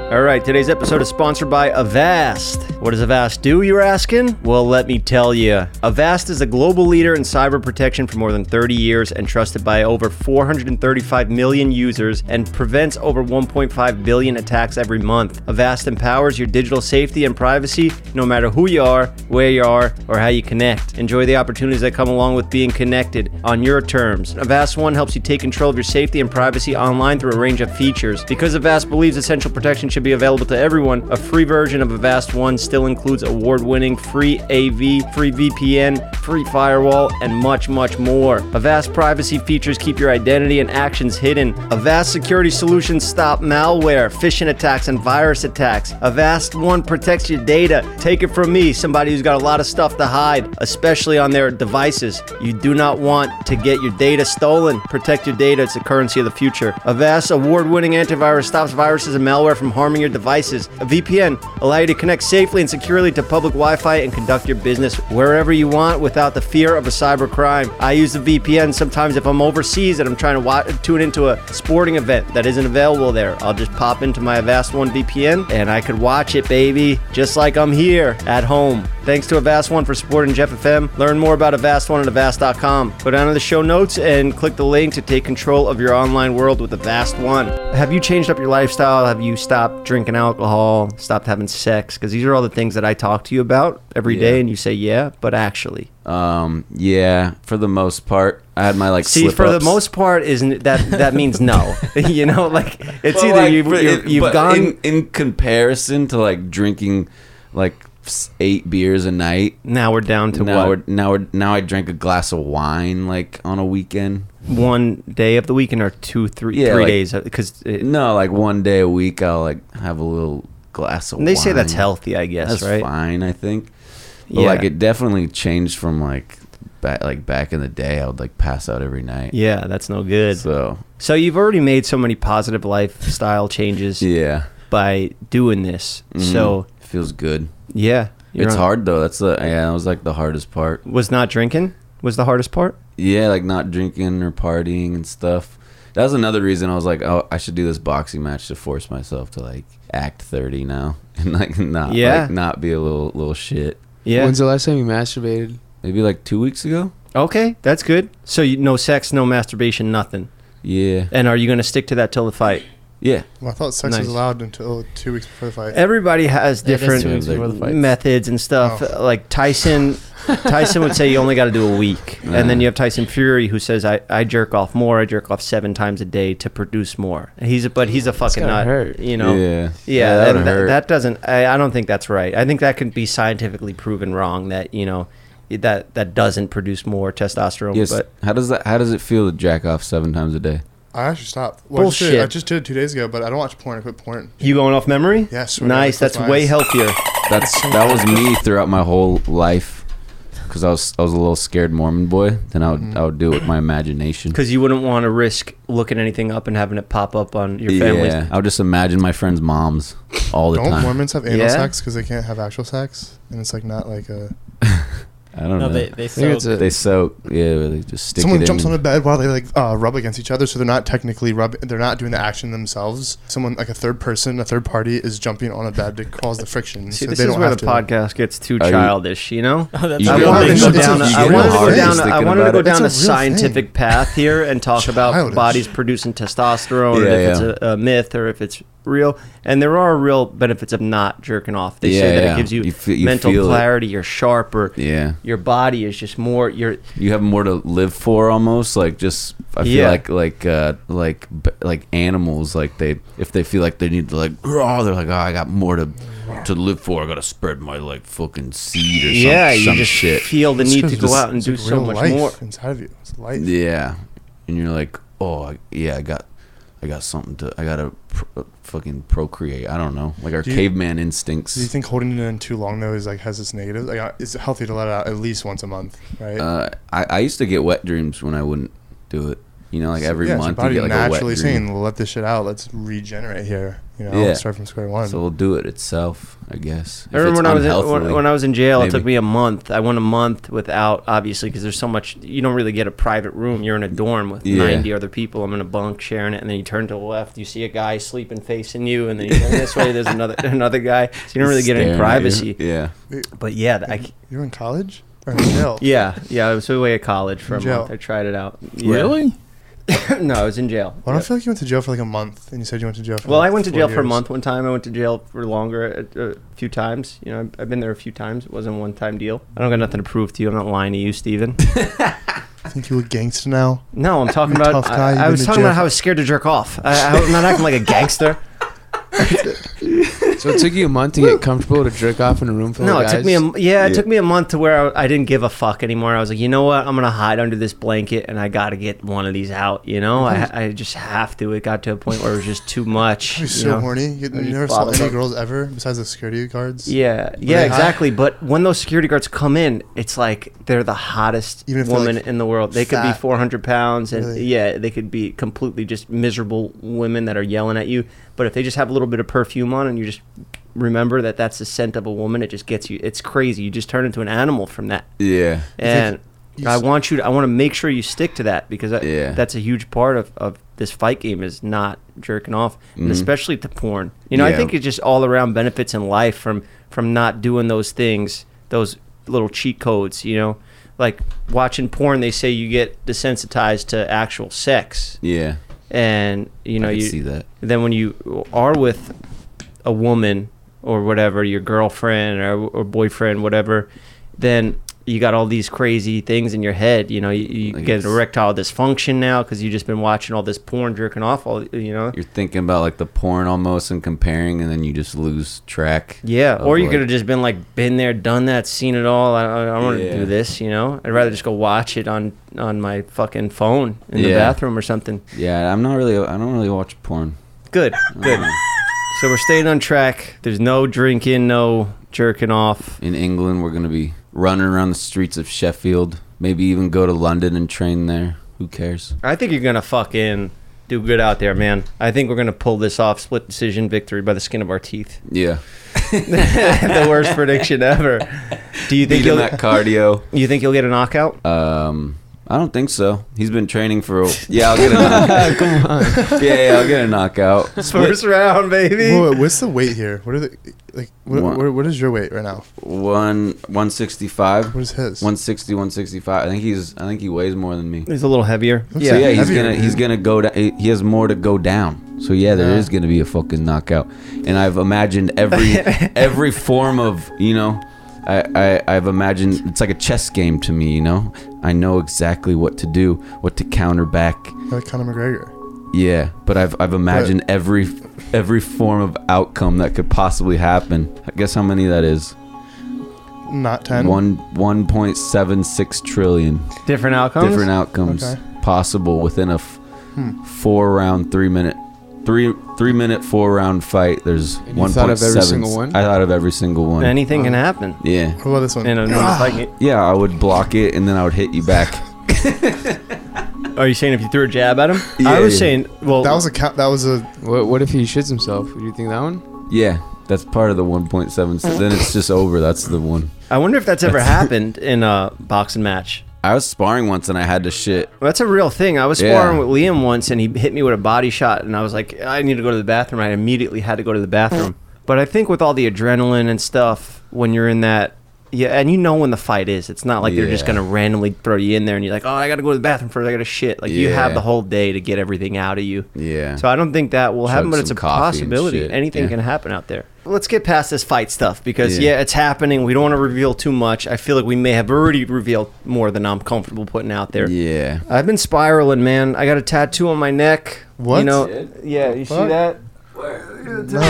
Speaker 1: All right, today's episode is sponsored by Avast. What does Avast do, you're asking? Well, let me tell you. Avast is a global leader in cyber protection for more than 30 years and trusted by over 435 million users and prevents over 1.5 billion attacks every month. Avast empowers your digital safety and privacy no matter who you are, where you are, or how you connect. Enjoy the opportunities that come along with being connected on your terms. Avast One helps you take control of your safety and privacy online through a range of features. Because Avast believes essential protection should be available to everyone, a free version of Avast One still includes award winning free AV, free VPN, free firewall, and much, much more. Avast privacy features keep your identity and actions hidden. Avast security solutions stop malware, phishing attacks, and virus attacks. Avast One protects your data. Take it from me, somebody who's got a lot of stuff to hide, especially on their devices. You do not want to get your data stolen. Protect your data, it's the currency of the future. Avast award winning antivirus stops viruses and malware from harming your devices. A VPN allow you to connect safely and securely to public Wi Fi and conduct your business wherever you want without the fear of a cyber crime. I use the VPN sometimes if I'm overseas and I'm trying to wa tune into a sporting event that isn't available there. I'll just pop into my Avast One VPN and I could watch it, baby, just like I'm here at home. Thanks to Avast One for supporting Jeff FM. Learn more about Avast One at Avast.com. Go down to the show notes and click the link to take control of your online world with Avast One. Have you changed up your lifestyle? Have you stopped drinking alcohol? Stopped having sex? Because these are all the things that I talk to you about every day,
Speaker 2: Yeah.
Speaker 1: and you say, yeah, but actually.
Speaker 2: Um, yeah, for the most part, I had my like.
Speaker 1: See, for the
Speaker 2: slip-ups.
Speaker 1: most part, isn't that that means no? you know, like it's
Speaker 2: But,
Speaker 1: either
Speaker 2: like,
Speaker 1: you've,
Speaker 2: but
Speaker 1: you've,
Speaker 2: it-
Speaker 1: you've
Speaker 2: but
Speaker 1: gone
Speaker 2: in, in comparison to like drinking like s- eight beers a night.
Speaker 1: Now we're down to
Speaker 2: now
Speaker 1: what?
Speaker 2: we're now we're now I drink a glass of wine like on a weekend.
Speaker 1: One day of the weekend or two, three,
Speaker 2: Yeah,
Speaker 1: three
Speaker 2: like-
Speaker 1: days? uh, Because they
Speaker 2: No, like one day a week I'll like have a little glass of.
Speaker 1: say that's
Speaker 2: wine.
Speaker 1: healthy, I guess,
Speaker 2: That's
Speaker 1: right?
Speaker 2: fine, I think. But like it definitely changed from like back like back in the day. I would like pass out every night.
Speaker 1: yeah, that's no good. So,
Speaker 2: So
Speaker 1: you've already made so many positive lifestyle changes
Speaker 2: yeah,
Speaker 1: by doing this.
Speaker 2: Mhm.
Speaker 1: So
Speaker 2: feels good.
Speaker 1: yeah, you're
Speaker 2: it's
Speaker 1: on-
Speaker 2: hard though. That's the yeah. That was like the hardest part.
Speaker 1: Was not drinking was the hardest part.
Speaker 2: Yeah, like not drinking or partying and stuff. That was another reason I was like, oh, I should do this boxing match to force myself to like act thirty now and like not
Speaker 1: Yeah.
Speaker 2: like not be a little little shit.
Speaker 1: Yeah.
Speaker 5: When's the last time you masturbated?
Speaker 2: Maybe like two weeks ago.
Speaker 1: okay, that's good. So you, no sex, no masturbation, nothing.
Speaker 2: Yeah,
Speaker 1: And are you going to stick to that till the fight?
Speaker 2: yeah.
Speaker 3: Well, I thought sex
Speaker 1: Nice.
Speaker 3: was allowed until two weeks before the fight.
Speaker 1: Everybody has
Speaker 6: It is
Speaker 1: different
Speaker 6: two weeks before the fights.
Speaker 1: methods and stuff. Like Tyson, Tyson would say you only got to do a week, and then you have Tyson Fury who says I, I jerk off more. I jerk off seven times a day to produce more. And He's a, but he's a fucking
Speaker 5: gotta
Speaker 1: nut.
Speaker 5: hurt.
Speaker 1: You know. Yeah.
Speaker 2: yeah,
Speaker 1: Yeah,
Speaker 2: that'd
Speaker 1: and that,
Speaker 2: hurt.
Speaker 1: that doesn't. I, I don't think that's right. I think that can be scientifically proven wrong. That you know, that that doesn't produce more testosterone.
Speaker 2: yes.
Speaker 1: But
Speaker 2: how does that? How does it feel to jack off seven times a day?
Speaker 3: I actually stopped. Well, I just did- I
Speaker 1: Bullshit.
Speaker 3: just did it two days ago, but I don't watch porn. I quit porn.
Speaker 1: you going off memory?
Speaker 3: Yeah, swear to God,
Speaker 1: Nice.
Speaker 3: close
Speaker 1: That's
Speaker 3: my
Speaker 1: way
Speaker 3: eyes.
Speaker 1: healthier.
Speaker 2: That's that was me throughout my whole life. Cause I was I was a little scared Mormon boy. Then I would
Speaker 1: Mm-hmm.
Speaker 2: I would do it with my imagination.
Speaker 1: Because you wouldn't want to risk looking anything up and having it pop up on your family's
Speaker 2: Yeah, I would just imagine my friends' moms all the
Speaker 3: Don't
Speaker 2: time.
Speaker 3: Mormons have anal
Speaker 1: Yeah.
Speaker 3: sex 'cause sex because they can't have actual sex? And it's like not like a.
Speaker 2: I don't
Speaker 6: No,
Speaker 2: know.
Speaker 6: they
Speaker 2: They,
Speaker 6: they
Speaker 5: I think
Speaker 6: soak.
Speaker 5: it's a,
Speaker 2: soak. Yeah, where they just stick
Speaker 3: Someone
Speaker 2: it
Speaker 3: jumps
Speaker 2: in.
Speaker 3: on a bed while they like uh, rub against each other, so they're not technically rub. They're not doing the action themselves. Someone like a third person, a third party, is jumping on a bed to cause the friction.
Speaker 1: See,
Speaker 3: so
Speaker 1: this
Speaker 3: they
Speaker 1: is
Speaker 3: don't
Speaker 1: where
Speaker 3: have
Speaker 1: the
Speaker 3: to.
Speaker 1: podcast gets too
Speaker 2: Are you-
Speaker 1: childish, you know?
Speaker 6: oh, that's
Speaker 2: You
Speaker 1: I
Speaker 2: get
Speaker 1: wanted to
Speaker 2: hard.
Speaker 1: go
Speaker 2: It's a-
Speaker 1: down. a-
Speaker 2: you
Speaker 1: I
Speaker 6: Uh,
Speaker 2: get
Speaker 1: wanted to
Speaker 2: hard
Speaker 1: go
Speaker 2: just
Speaker 1: down. I
Speaker 2: thinking
Speaker 1: wanted to
Speaker 2: about
Speaker 1: go
Speaker 2: it.
Speaker 1: down a
Speaker 3: It's a real
Speaker 1: scientific
Speaker 3: thing.
Speaker 1: path here and talk about
Speaker 3: childish.
Speaker 1: bodies producing testosterone,
Speaker 2: Yeah,
Speaker 1: and if
Speaker 2: yeah.
Speaker 1: it's a, a myth or if it's real. And there are real benefits of not jerking off. They
Speaker 2: Yeah,
Speaker 1: say that
Speaker 2: yeah.
Speaker 1: it gives you,
Speaker 2: You fe- you
Speaker 1: mental
Speaker 2: feel it.
Speaker 1: clarity. You're sharper.
Speaker 2: Yeah,
Speaker 1: Your body is just more. You're
Speaker 2: you have more to live for almost. Like just, I feel
Speaker 1: Yeah.
Speaker 2: like like uh like b- like animals. Like they if they feel like they need to like raw, they're like, oh, I got more to to live for. I gotta spread my like fucking seed or some,
Speaker 1: yeah. You
Speaker 2: some
Speaker 1: just
Speaker 2: shit.
Speaker 1: feel the
Speaker 3: It's
Speaker 1: need
Speaker 3: 'cause
Speaker 1: to go
Speaker 3: it's-
Speaker 1: out and
Speaker 3: it's,
Speaker 1: do
Speaker 3: like,
Speaker 1: so
Speaker 3: real
Speaker 1: much
Speaker 3: life
Speaker 1: more.
Speaker 3: inside of you. It's life.
Speaker 2: Yeah, and you're like, oh I- yeah, I got, I got something to, I gotta pr- uh, fucking procreate. I don't know, like our
Speaker 3: Do you-
Speaker 2: caveman instincts.
Speaker 3: Do you think holding it in too long though is like has its negative? Like, uh, it's healthy to let it out at least once a month, right?
Speaker 2: uh, I I used to get wet dreams when I wouldn't do it. You know, like
Speaker 3: So,
Speaker 2: every
Speaker 3: yeah, it's
Speaker 2: month
Speaker 3: your
Speaker 2: you
Speaker 3: body
Speaker 2: get like a wet
Speaker 3: naturally
Speaker 2: dream.
Speaker 3: saying, "Let this shit out. Let's regenerate here." You know,
Speaker 2: Yeah.
Speaker 3: start from square one.
Speaker 2: So we'll do it itself, I guess.
Speaker 1: I remember when I was in,
Speaker 2: unhealthily.
Speaker 1: when, when I was in jail, it took
Speaker 2: maybe.
Speaker 1: me a month. I went a month without, obviously, because there's so much. You don't really get a private room. You're in a dorm with
Speaker 2: Yeah.
Speaker 1: 90 other people. I'm in a bunk sharing it, and then you turn to the left, you see a guy sleeping facing you, and then you turn this way. There's another another guy. So you don't really get
Speaker 2: Staring at
Speaker 1: any
Speaker 2: you.
Speaker 1: privacy.
Speaker 2: Yeah.
Speaker 1: But yeah, I, c-
Speaker 3: You're in college or in jail?
Speaker 1: yeah, yeah. I was away at college for a
Speaker 3: Jail.
Speaker 1: month. I tried it out. Yeah. no, I was in jail.
Speaker 3: Well, I
Speaker 1: Yeah.
Speaker 3: don't feel like you went to jail for like a month, and you said you went to jail. for
Speaker 1: Well,
Speaker 3: like
Speaker 1: I went to
Speaker 3: four
Speaker 1: jail for a
Speaker 3: years.
Speaker 1: month one time. I went to jail for longer a, a few times. You know, I've, I've been there a few times. It wasn't a one time deal. I don't got nothing to prove to you. I'm not lying to you, Steven.
Speaker 3: I think you were gangster now.
Speaker 1: No, I'm talking
Speaker 3: You're a
Speaker 1: about.
Speaker 3: tough guy,
Speaker 1: I-
Speaker 3: you've
Speaker 1: I,
Speaker 3: been
Speaker 1: was
Speaker 3: to
Speaker 1: talking
Speaker 3: jail.
Speaker 1: about how I was scared to jerk off. I, I'm not acting like a gangster.
Speaker 5: so it took you a month to get comfortable to jerk off in a room full
Speaker 1: No,
Speaker 5: of
Speaker 1: it
Speaker 5: guys.
Speaker 1: took me. A, m- yeah, it
Speaker 2: Yeah.
Speaker 1: took me a month to where I, I didn't give a fuck anymore. I was like, you know what? I'm gonna hide under this blanket, and I gotta get one of these out. You know, I, I just have to. It got to a point where it was just too much.
Speaker 3: I was
Speaker 1: you
Speaker 3: so
Speaker 1: know?
Speaker 3: horny. You,
Speaker 1: I
Speaker 3: you
Speaker 1: just
Speaker 3: never saw
Speaker 1: bottled
Speaker 3: any
Speaker 1: up.
Speaker 3: girls ever besides the security guards.
Speaker 1: Yeah,
Speaker 3: they
Speaker 1: yeah,
Speaker 3: hot?
Speaker 1: exactly. But when those security guards come in, it's like they're the hottest
Speaker 3: Even if they're,
Speaker 1: woman
Speaker 3: like,
Speaker 1: in the world. They could
Speaker 3: fat?
Speaker 1: be 400 pounds, and
Speaker 3: Really?
Speaker 1: yeah, they could be completely just miserable women that are yelling at you. But if they just have a little bit of perfume on, and you just remember that that's the scent of a woman, it just gets you. It's crazy. You just turn into an animal from that.
Speaker 2: Yeah.
Speaker 1: And
Speaker 3: You
Speaker 1: I
Speaker 3: s-
Speaker 1: want you. To, I want to make sure you stick to that because I,
Speaker 2: Yeah.
Speaker 1: that's a huge part of, of this fight game is not jerking off,
Speaker 2: Mm-hmm.
Speaker 1: and especially to porn. You know, I
Speaker 2: Yeah.
Speaker 1: think it's just all around benefits in life from from not doing those things, those little cheat codes. You know, like watching porn, they say you get desensitized to actual sex,
Speaker 2: Yeah.
Speaker 1: and you know
Speaker 2: I could
Speaker 1: you
Speaker 2: see that.
Speaker 1: then when you are with a woman or whatever, your girlfriend or, or boyfriend, whatever, then you got all these crazy things in your head. You know, you, you
Speaker 2: Like
Speaker 1: get
Speaker 2: it's-
Speaker 1: erectile dysfunction now because you've just been watching all this porn, jerking off. All you know.
Speaker 2: You're thinking about like the porn almost and comparing, and then you just lose track.
Speaker 1: Yeah,
Speaker 2: of,
Speaker 1: or you
Speaker 2: like-
Speaker 1: could have just been like, been there, done that, seen it all. I, I, I want to
Speaker 2: Yeah.
Speaker 1: do this, you know. I'd rather just go watch it on on my fucking phone in the
Speaker 2: Yeah.
Speaker 1: bathroom or something.
Speaker 2: Yeah, I'm not really. I don't really watch porn. Uh,
Speaker 1: Good, good.
Speaker 2: Mm.
Speaker 1: So we're staying on track. There's no drinking, no jerking off.
Speaker 2: In England, we're gonna be running around the streets of Sheffield. Maybe even go to London and train there. Who cares?
Speaker 1: I think you're gonna fucking do good out there, man. I think we're gonna pull this off. Split decision victory by the skin of our teeth.
Speaker 2: Yeah,
Speaker 1: the worst prediction ever. Do you think
Speaker 2: beating
Speaker 1: you'll,
Speaker 2: that cardio.
Speaker 1: you think you'll get a knockout?
Speaker 2: Um, I don't think so. He's been training for. A, yeah, I'll get a knockout. Come on. Yeah, yeah, I'll get a knockout.
Speaker 1: First round, baby.
Speaker 3: Whoa, what's the weight here? What are the like? What,
Speaker 2: One-
Speaker 3: what, what is your weight right now?
Speaker 2: One one sixty five.
Speaker 3: What is his?
Speaker 2: 160 165 i think he's i think he weighs more than me
Speaker 1: He's a little heavier.
Speaker 3: Looks
Speaker 2: yeah, so yeah he's
Speaker 3: heavier,
Speaker 2: gonna
Speaker 3: dude.
Speaker 2: he's gonna go down he he has more to go down so yeah there
Speaker 3: Yeah.
Speaker 2: is gonna be a fucking knockout and i've imagined every every form of you know I, I, I've imagined it's like a chess game to me, you know. I know exactly what to do, what to counter back.
Speaker 3: like Conor McGregor.
Speaker 2: Yeah, but I've I've imagined every every form of outcome that could possibly happen. I guess how many that is?
Speaker 3: Not ten.
Speaker 2: One one point seven six trillion.
Speaker 1: Different outcomes.
Speaker 2: different outcomes
Speaker 3: Okay.
Speaker 2: possible within a f-
Speaker 3: Hmm.
Speaker 2: four round three minute three three minute four round fight there's
Speaker 5: And you thought of every
Speaker 2: 1.7
Speaker 5: single one?
Speaker 2: i thought of every single one
Speaker 1: Anything can happen.
Speaker 2: yeah
Speaker 3: What about this one?
Speaker 1: In a normal fight.
Speaker 2: yeah i would block it and then i would hit you back
Speaker 1: Are you saying if you threw a jab at him? I
Speaker 2: Yeah,
Speaker 1: was
Speaker 2: yeah.
Speaker 1: saying, well,
Speaker 3: that was a count. That was a.
Speaker 5: What, what if he shits himself? Do you think that one?
Speaker 2: yeah that's part of the 1.7 so then it's just over that's the one
Speaker 1: I wonder if that's ever happened in a boxing match.
Speaker 2: i was sparring once and i had to shit
Speaker 1: That's a real thing. I was
Speaker 2: Yeah.
Speaker 1: sparring with Liam once, and he hit me with a body shot, and I was like, I need to go to the bathroom. I immediately had to go to the bathroom. But I think with all the adrenaline and stuff, when you're in that, yeah, and you know when the fight is. It's not like they're just
Speaker 2: Yeah.
Speaker 1: gonna randomly throw you in there, and you're like, oh, I gotta go to the bathroom first. I gotta shit. Like you have
Speaker 2: Yeah.
Speaker 1: the whole day to get everything out of you.
Speaker 2: yeah
Speaker 1: So I don't think that will happen,
Speaker 2: Chug
Speaker 1: but it's a
Speaker 2: some coffee and
Speaker 1: possibility.
Speaker 2: shit,
Speaker 1: Anything
Speaker 2: yeah.
Speaker 1: can happen out there. Let's get past this fight stuff because yeah.
Speaker 2: Yeah.
Speaker 1: it's happening. We don't want to reveal too much. I feel like we may have already revealed more than I'm comfortable putting out there.
Speaker 2: yeah
Speaker 1: I've been spiraling, man. I got a tattoo on my neck. You
Speaker 3: What?
Speaker 1: know? Yeah, you see
Speaker 3: What?
Speaker 1: that?
Speaker 3: No.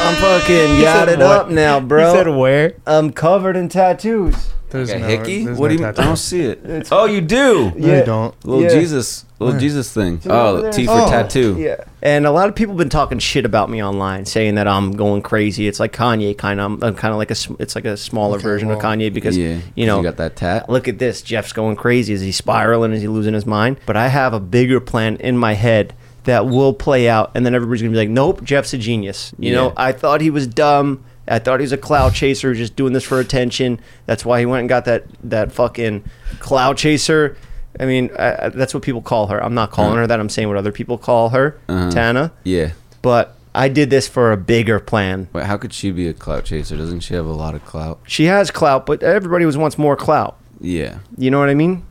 Speaker 1: I'm fucking got it
Speaker 6: what?
Speaker 1: up now,
Speaker 6: He said
Speaker 1: bro.
Speaker 6: where?
Speaker 2: Mm.
Speaker 1: I'm covered in tattoos.
Speaker 3: There's
Speaker 2: a
Speaker 3: no,
Speaker 2: hickey
Speaker 3: There's
Speaker 2: what
Speaker 3: no
Speaker 2: do you mean i
Speaker 3: tattoo.
Speaker 2: don't see it oh you do
Speaker 3: No,
Speaker 1: Yeah.
Speaker 3: you don't.
Speaker 2: little
Speaker 1: Yeah.
Speaker 2: jesus little
Speaker 3: Where?
Speaker 2: jesus thing
Speaker 1: it over
Speaker 2: oh the
Speaker 1: there.
Speaker 2: t for
Speaker 3: Oh,
Speaker 2: tattoo
Speaker 1: Yeah. And a lot of people have been talking shit about me online, saying that I'm going crazy. It's like Kanye kind of. I'm, I'm kind of like a. sm- It's like a smaller
Speaker 3: Okay,
Speaker 1: version of
Speaker 3: well,
Speaker 1: Kanye because
Speaker 2: yeah
Speaker 1: you know
Speaker 2: you got that tat
Speaker 1: look at this. Jeff's going crazy. Is he spiraling? Is he losing his mind? But I have a bigger plan in my head that will play out, and then everybody's gonna be like, "Nope, Jeff's a genius." You know,
Speaker 2: Yeah.
Speaker 1: I thought he was dumb. I thought he was a cloud chaser, just doing this for attention. That's why he went and got that that fucking cloud chaser. I mean, I, I- that's what people call her. I'm not calling her that. I'm saying what other people call her,
Speaker 2: Mm. Uh-huh.
Speaker 1: Tana.
Speaker 2: yeah
Speaker 1: But I did this for a bigger plan.
Speaker 2: Wait, how could she be a clout chaser? Doesn't she have a lot of clout?
Speaker 1: She has clout, but everybody was once more clout.
Speaker 2: Yeah.
Speaker 1: You know what I mean?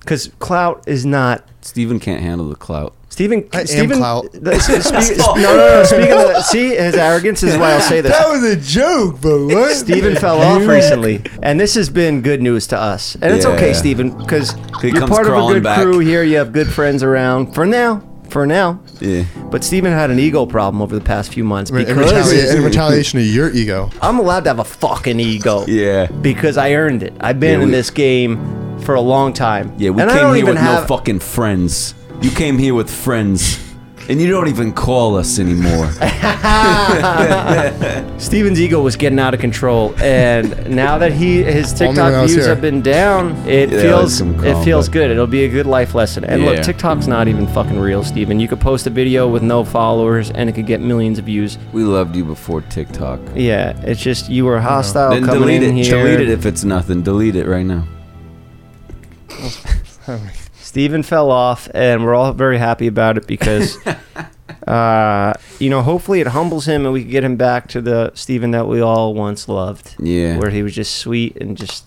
Speaker 1: Because clout is not
Speaker 2: Steven can't handle the clout.
Speaker 1: Stephen,
Speaker 3: I am
Speaker 1: Stephen,
Speaker 3: clout.
Speaker 1: the- spe- speak- no, no, no. Speaking of that, see his arrogance is why I'll say this.
Speaker 3: was a joke, but what?
Speaker 1: Stephen fell off recently, and this has been good news to us. And it's okay,
Speaker 2: Yeah.
Speaker 1: Stephen, because you're
Speaker 2: comes
Speaker 1: part of a
Speaker 2: crawling
Speaker 1: good
Speaker 2: back.
Speaker 1: crew here. You have good friends around for now, for now.
Speaker 2: Yeah.
Speaker 1: But Stephen had an ego problem over the past few months
Speaker 3: In,
Speaker 1: because
Speaker 3: retaliation, in retaliation to your ego.
Speaker 1: I'm allowed to have a fucking ego.
Speaker 2: Yeah.
Speaker 1: Because I earned it. I've been
Speaker 2: Yeah,
Speaker 1: in
Speaker 2: we-
Speaker 1: this game for a long time.
Speaker 2: Yeah, we
Speaker 1: and I
Speaker 2: came
Speaker 1: don't
Speaker 2: here
Speaker 1: even
Speaker 2: with
Speaker 1: have,
Speaker 2: no fucking friends. You came here with friends. And you don't even call us anymore.
Speaker 1: Steven's ego was getting out of control, and now that he his
Speaker 3: when I
Speaker 1: TikTok
Speaker 3: was
Speaker 1: views
Speaker 3: here.
Speaker 1: have been down, it
Speaker 2: Yeah,
Speaker 1: feels
Speaker 2: it's some calm
Speaker 1: it feels
Speaker 2: back.
Speaker 1: good. It'll be a good life lesson. And look,
Speaker 2: Yeah.
Speaker 1: TikTok's not even fucking real, Steven. You could post a video with no followers, and it could get millions of views.
Speaker 2: we loved you before TikTok.
Speaker 1: Yeah, it's just you were hostile
Speaker 2: then
Speaker 1: Oh, coming
Speaker 2: delete it.
Speaker 1: in here.
Speaker 2: Delete it if it's nothing. Delete it right now.
Speaker 1: Steven fell off, and we're all very happy about it because, uh, you know, hopefully it humbles him, and we can get him back to the Steven that we all once loved.
Speaker 2: Yeah.
Speaker 1: where he was just sweet and just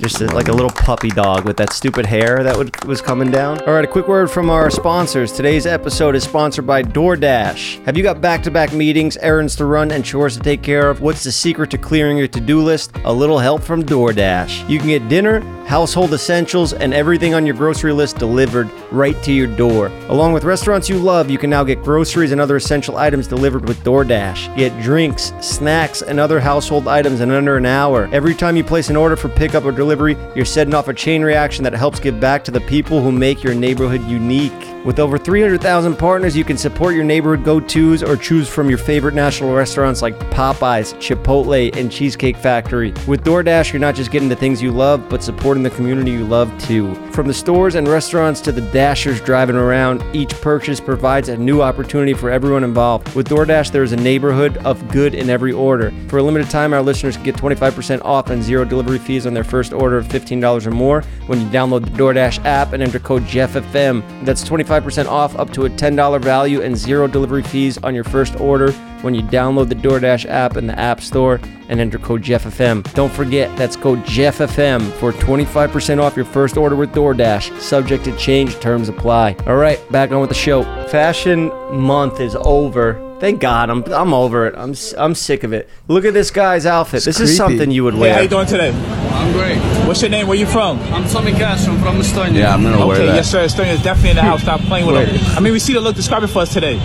Speaker 1: Just a, like a little puppy dog with that stupid hair that would, was coming down. All right, a quick word from our sponsors. Today's episode is sponsored by DoorDash. Have you got back to back meetings, errands to run, and chores to take care of? What's the secret to clearing your to do list? A little help from DoorDash. You can get dinner, household essentials, and everything on your grocery list delivered right to your door. Along with restaurants you love, you can now get groceries and other essential items delivered with DoorDash. Get drinks, snacks, and other household items in under an hour. Every time you place an order for pickup or delivery, you're setting off a chain reaction that helps give back to the people who make your neighborhood unique. With over 300,000 partners, you can support your neighborhood go tos or choose from your favorite national restaurants like Popeyes, Chipotle, and Cheesecake Factory. With DoorDash, you're not just getting the things you love, but supporting the community you love too. From the stores and restaurants to the dashers driving around, each purchase provides a new opportunity for everyone involved. With DoorDash, there is a neighborhood of good in every order. For a limited time, our listeners can get 25% off and zero delivery fees on their first order of $15 or more when you download the DoorDash app and enter code JeffFM. That's 25% off up to a $10 value and zero delivery fees on your first order when you download the DoorDash app in the App Store and enter code JeffFM. Don't forget, that's code JeffFM for 25% off your first order with DoorDash. Subject to change, terms apply. All right, back on with the show. Fashion month is over. Thank God, I'm, I'm over it. I'm, s- I'm sick of it. Look at this guy's outfit. this is
Speaker 5: creepy.
Speaker 1: something you would
Speaker 8: Hey, how
Speaker 1: wear.
Speaker 8: you doing today?
Speaker 9: I'm great.
Speaker 8: What's your name? Where you from?
Speaker 9: I'm Tommy Cash. I'm from Estonia.
Speaker 2: Yeah, I'm gonna wear
Speaker 8: okay,
Speaker 2: that.
Speaker 8: yes sir. Sterling is definitely in the house. Stop playing with him. I mean, we see the look. Describe it for us today.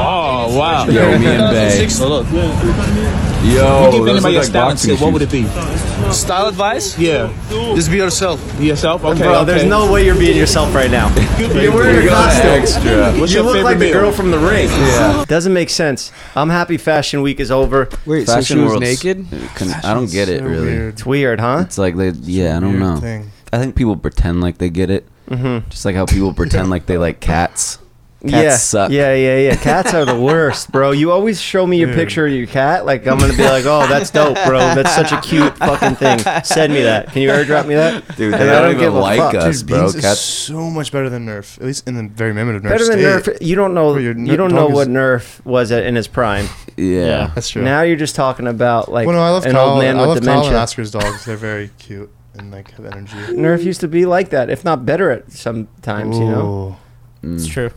Speaker 8: Oh wow.
Speaker 2: Yo, me and Bay.
Speaker 9: 2006.
Speaker 8: So look,
Speaker 10: Oh,
Speaker 2: Yo,
Speaker 8: give anybody
Speaker 2: those
Speaker 8: a
Speaker 2: look like
Speaker 8: style and
Speaker 2: boxing
Speaker 8: skill, what would
Speaker 2: shoes.
Speaker 8: it be?
Speaker 9: Style advice?
Speaker 8: Yeah,
Speaker 9: Just be yourself.
Speaker 8: yourself. Okay,
Speaker 1: Bro, there's
Speaker 8: okay.
Speaker 1: no way you're being yourself right now. You're wearing a costume.
Speaker 2: Extra.
Speaker 8: What's
Speaker 1: you
Speaker 8: your
Speaker 1: look
Speaker 8: favorite
Speaker 1: like the
Speaker 8: meal?
Speaker 1: girl from the ring. Yeah. Doesn't make sense. I'm happy Fashion Week is over.
Speaker 5: Wait, so she
Speaker 2: Fashion
Speaker 5: was
Speaker 2: world's-
Speaker 5: naked?
Speaker 2: Can- I don't get it
Speaker 3: So
Speaker 2: really.
Speaker 3: weird.
Speaker 1: It's weird, huh?
Speaker 2: It's like they, yeah, I don't
Speaker 3: Weird
Speaker 2: know.
Speaker 3: thing.
Speaker 2: I think people pretend like they get it, mm-hmm. just like how people pretend like they like cats. Cats
Speaker 1: yeah,
Speaker 2: suck.
Speaker 1: yeah, yeah, yeah. Cats are the worst, bro. You always show me your
Speaker 3: Dude.
Speaker 1: picture of your cat, like I'm gonna be like, "Oh, that's dope, bro. That's such a cute fucking thing." Send me that. Can you airdrop me that?
Speaker 2: dude,
Speaker 1: And
Speaker 2: they
Speaker 1: I
Speaker 2: don't,
Speaker 1: don't give
Speaker 2: even
Speaker 1: a
Speaker 2: like
Speaker 1: fuck. Dude,
Speaker 2: us,
Speaker 3: Dude,
Speaker 2: bro.
Speaker 3: Beans is
Speaker 2: Cats.
Speaker 3: so much better than Nerf, at least in the very primitive Nerf
Speaker 1: Better than
Speaker 3: state.
Speaker 1: Nerf. You don't know.
Speaker 3: Bro, your
Speaker 1: You don't
Speaker 3: dog
Speaker 1: know
Speaker 3: is-
Speaker 1: what Nerf was at, in his prime.
Speaker 2: Yeah.
Speaker 3: That's true.
Speaker 1: Now you're just talking about like
Speaker 3: well, no, I love
Speaker 1: an
Speaker 3: Kyle.
Speaker 1: old man
Speaker 3: I
Speaker 1: with
Speaker 3: love Kyle and
Speaker 1: dementia.
Speaker 3: Oscar's dogs. They're very cute and like have energy.
Speaker 1: Nerf used to be like that, if not better at sometimes. You know.
Speaker 3: Ooh.
Speaker 2: Mm.
Speaker 6: It's true.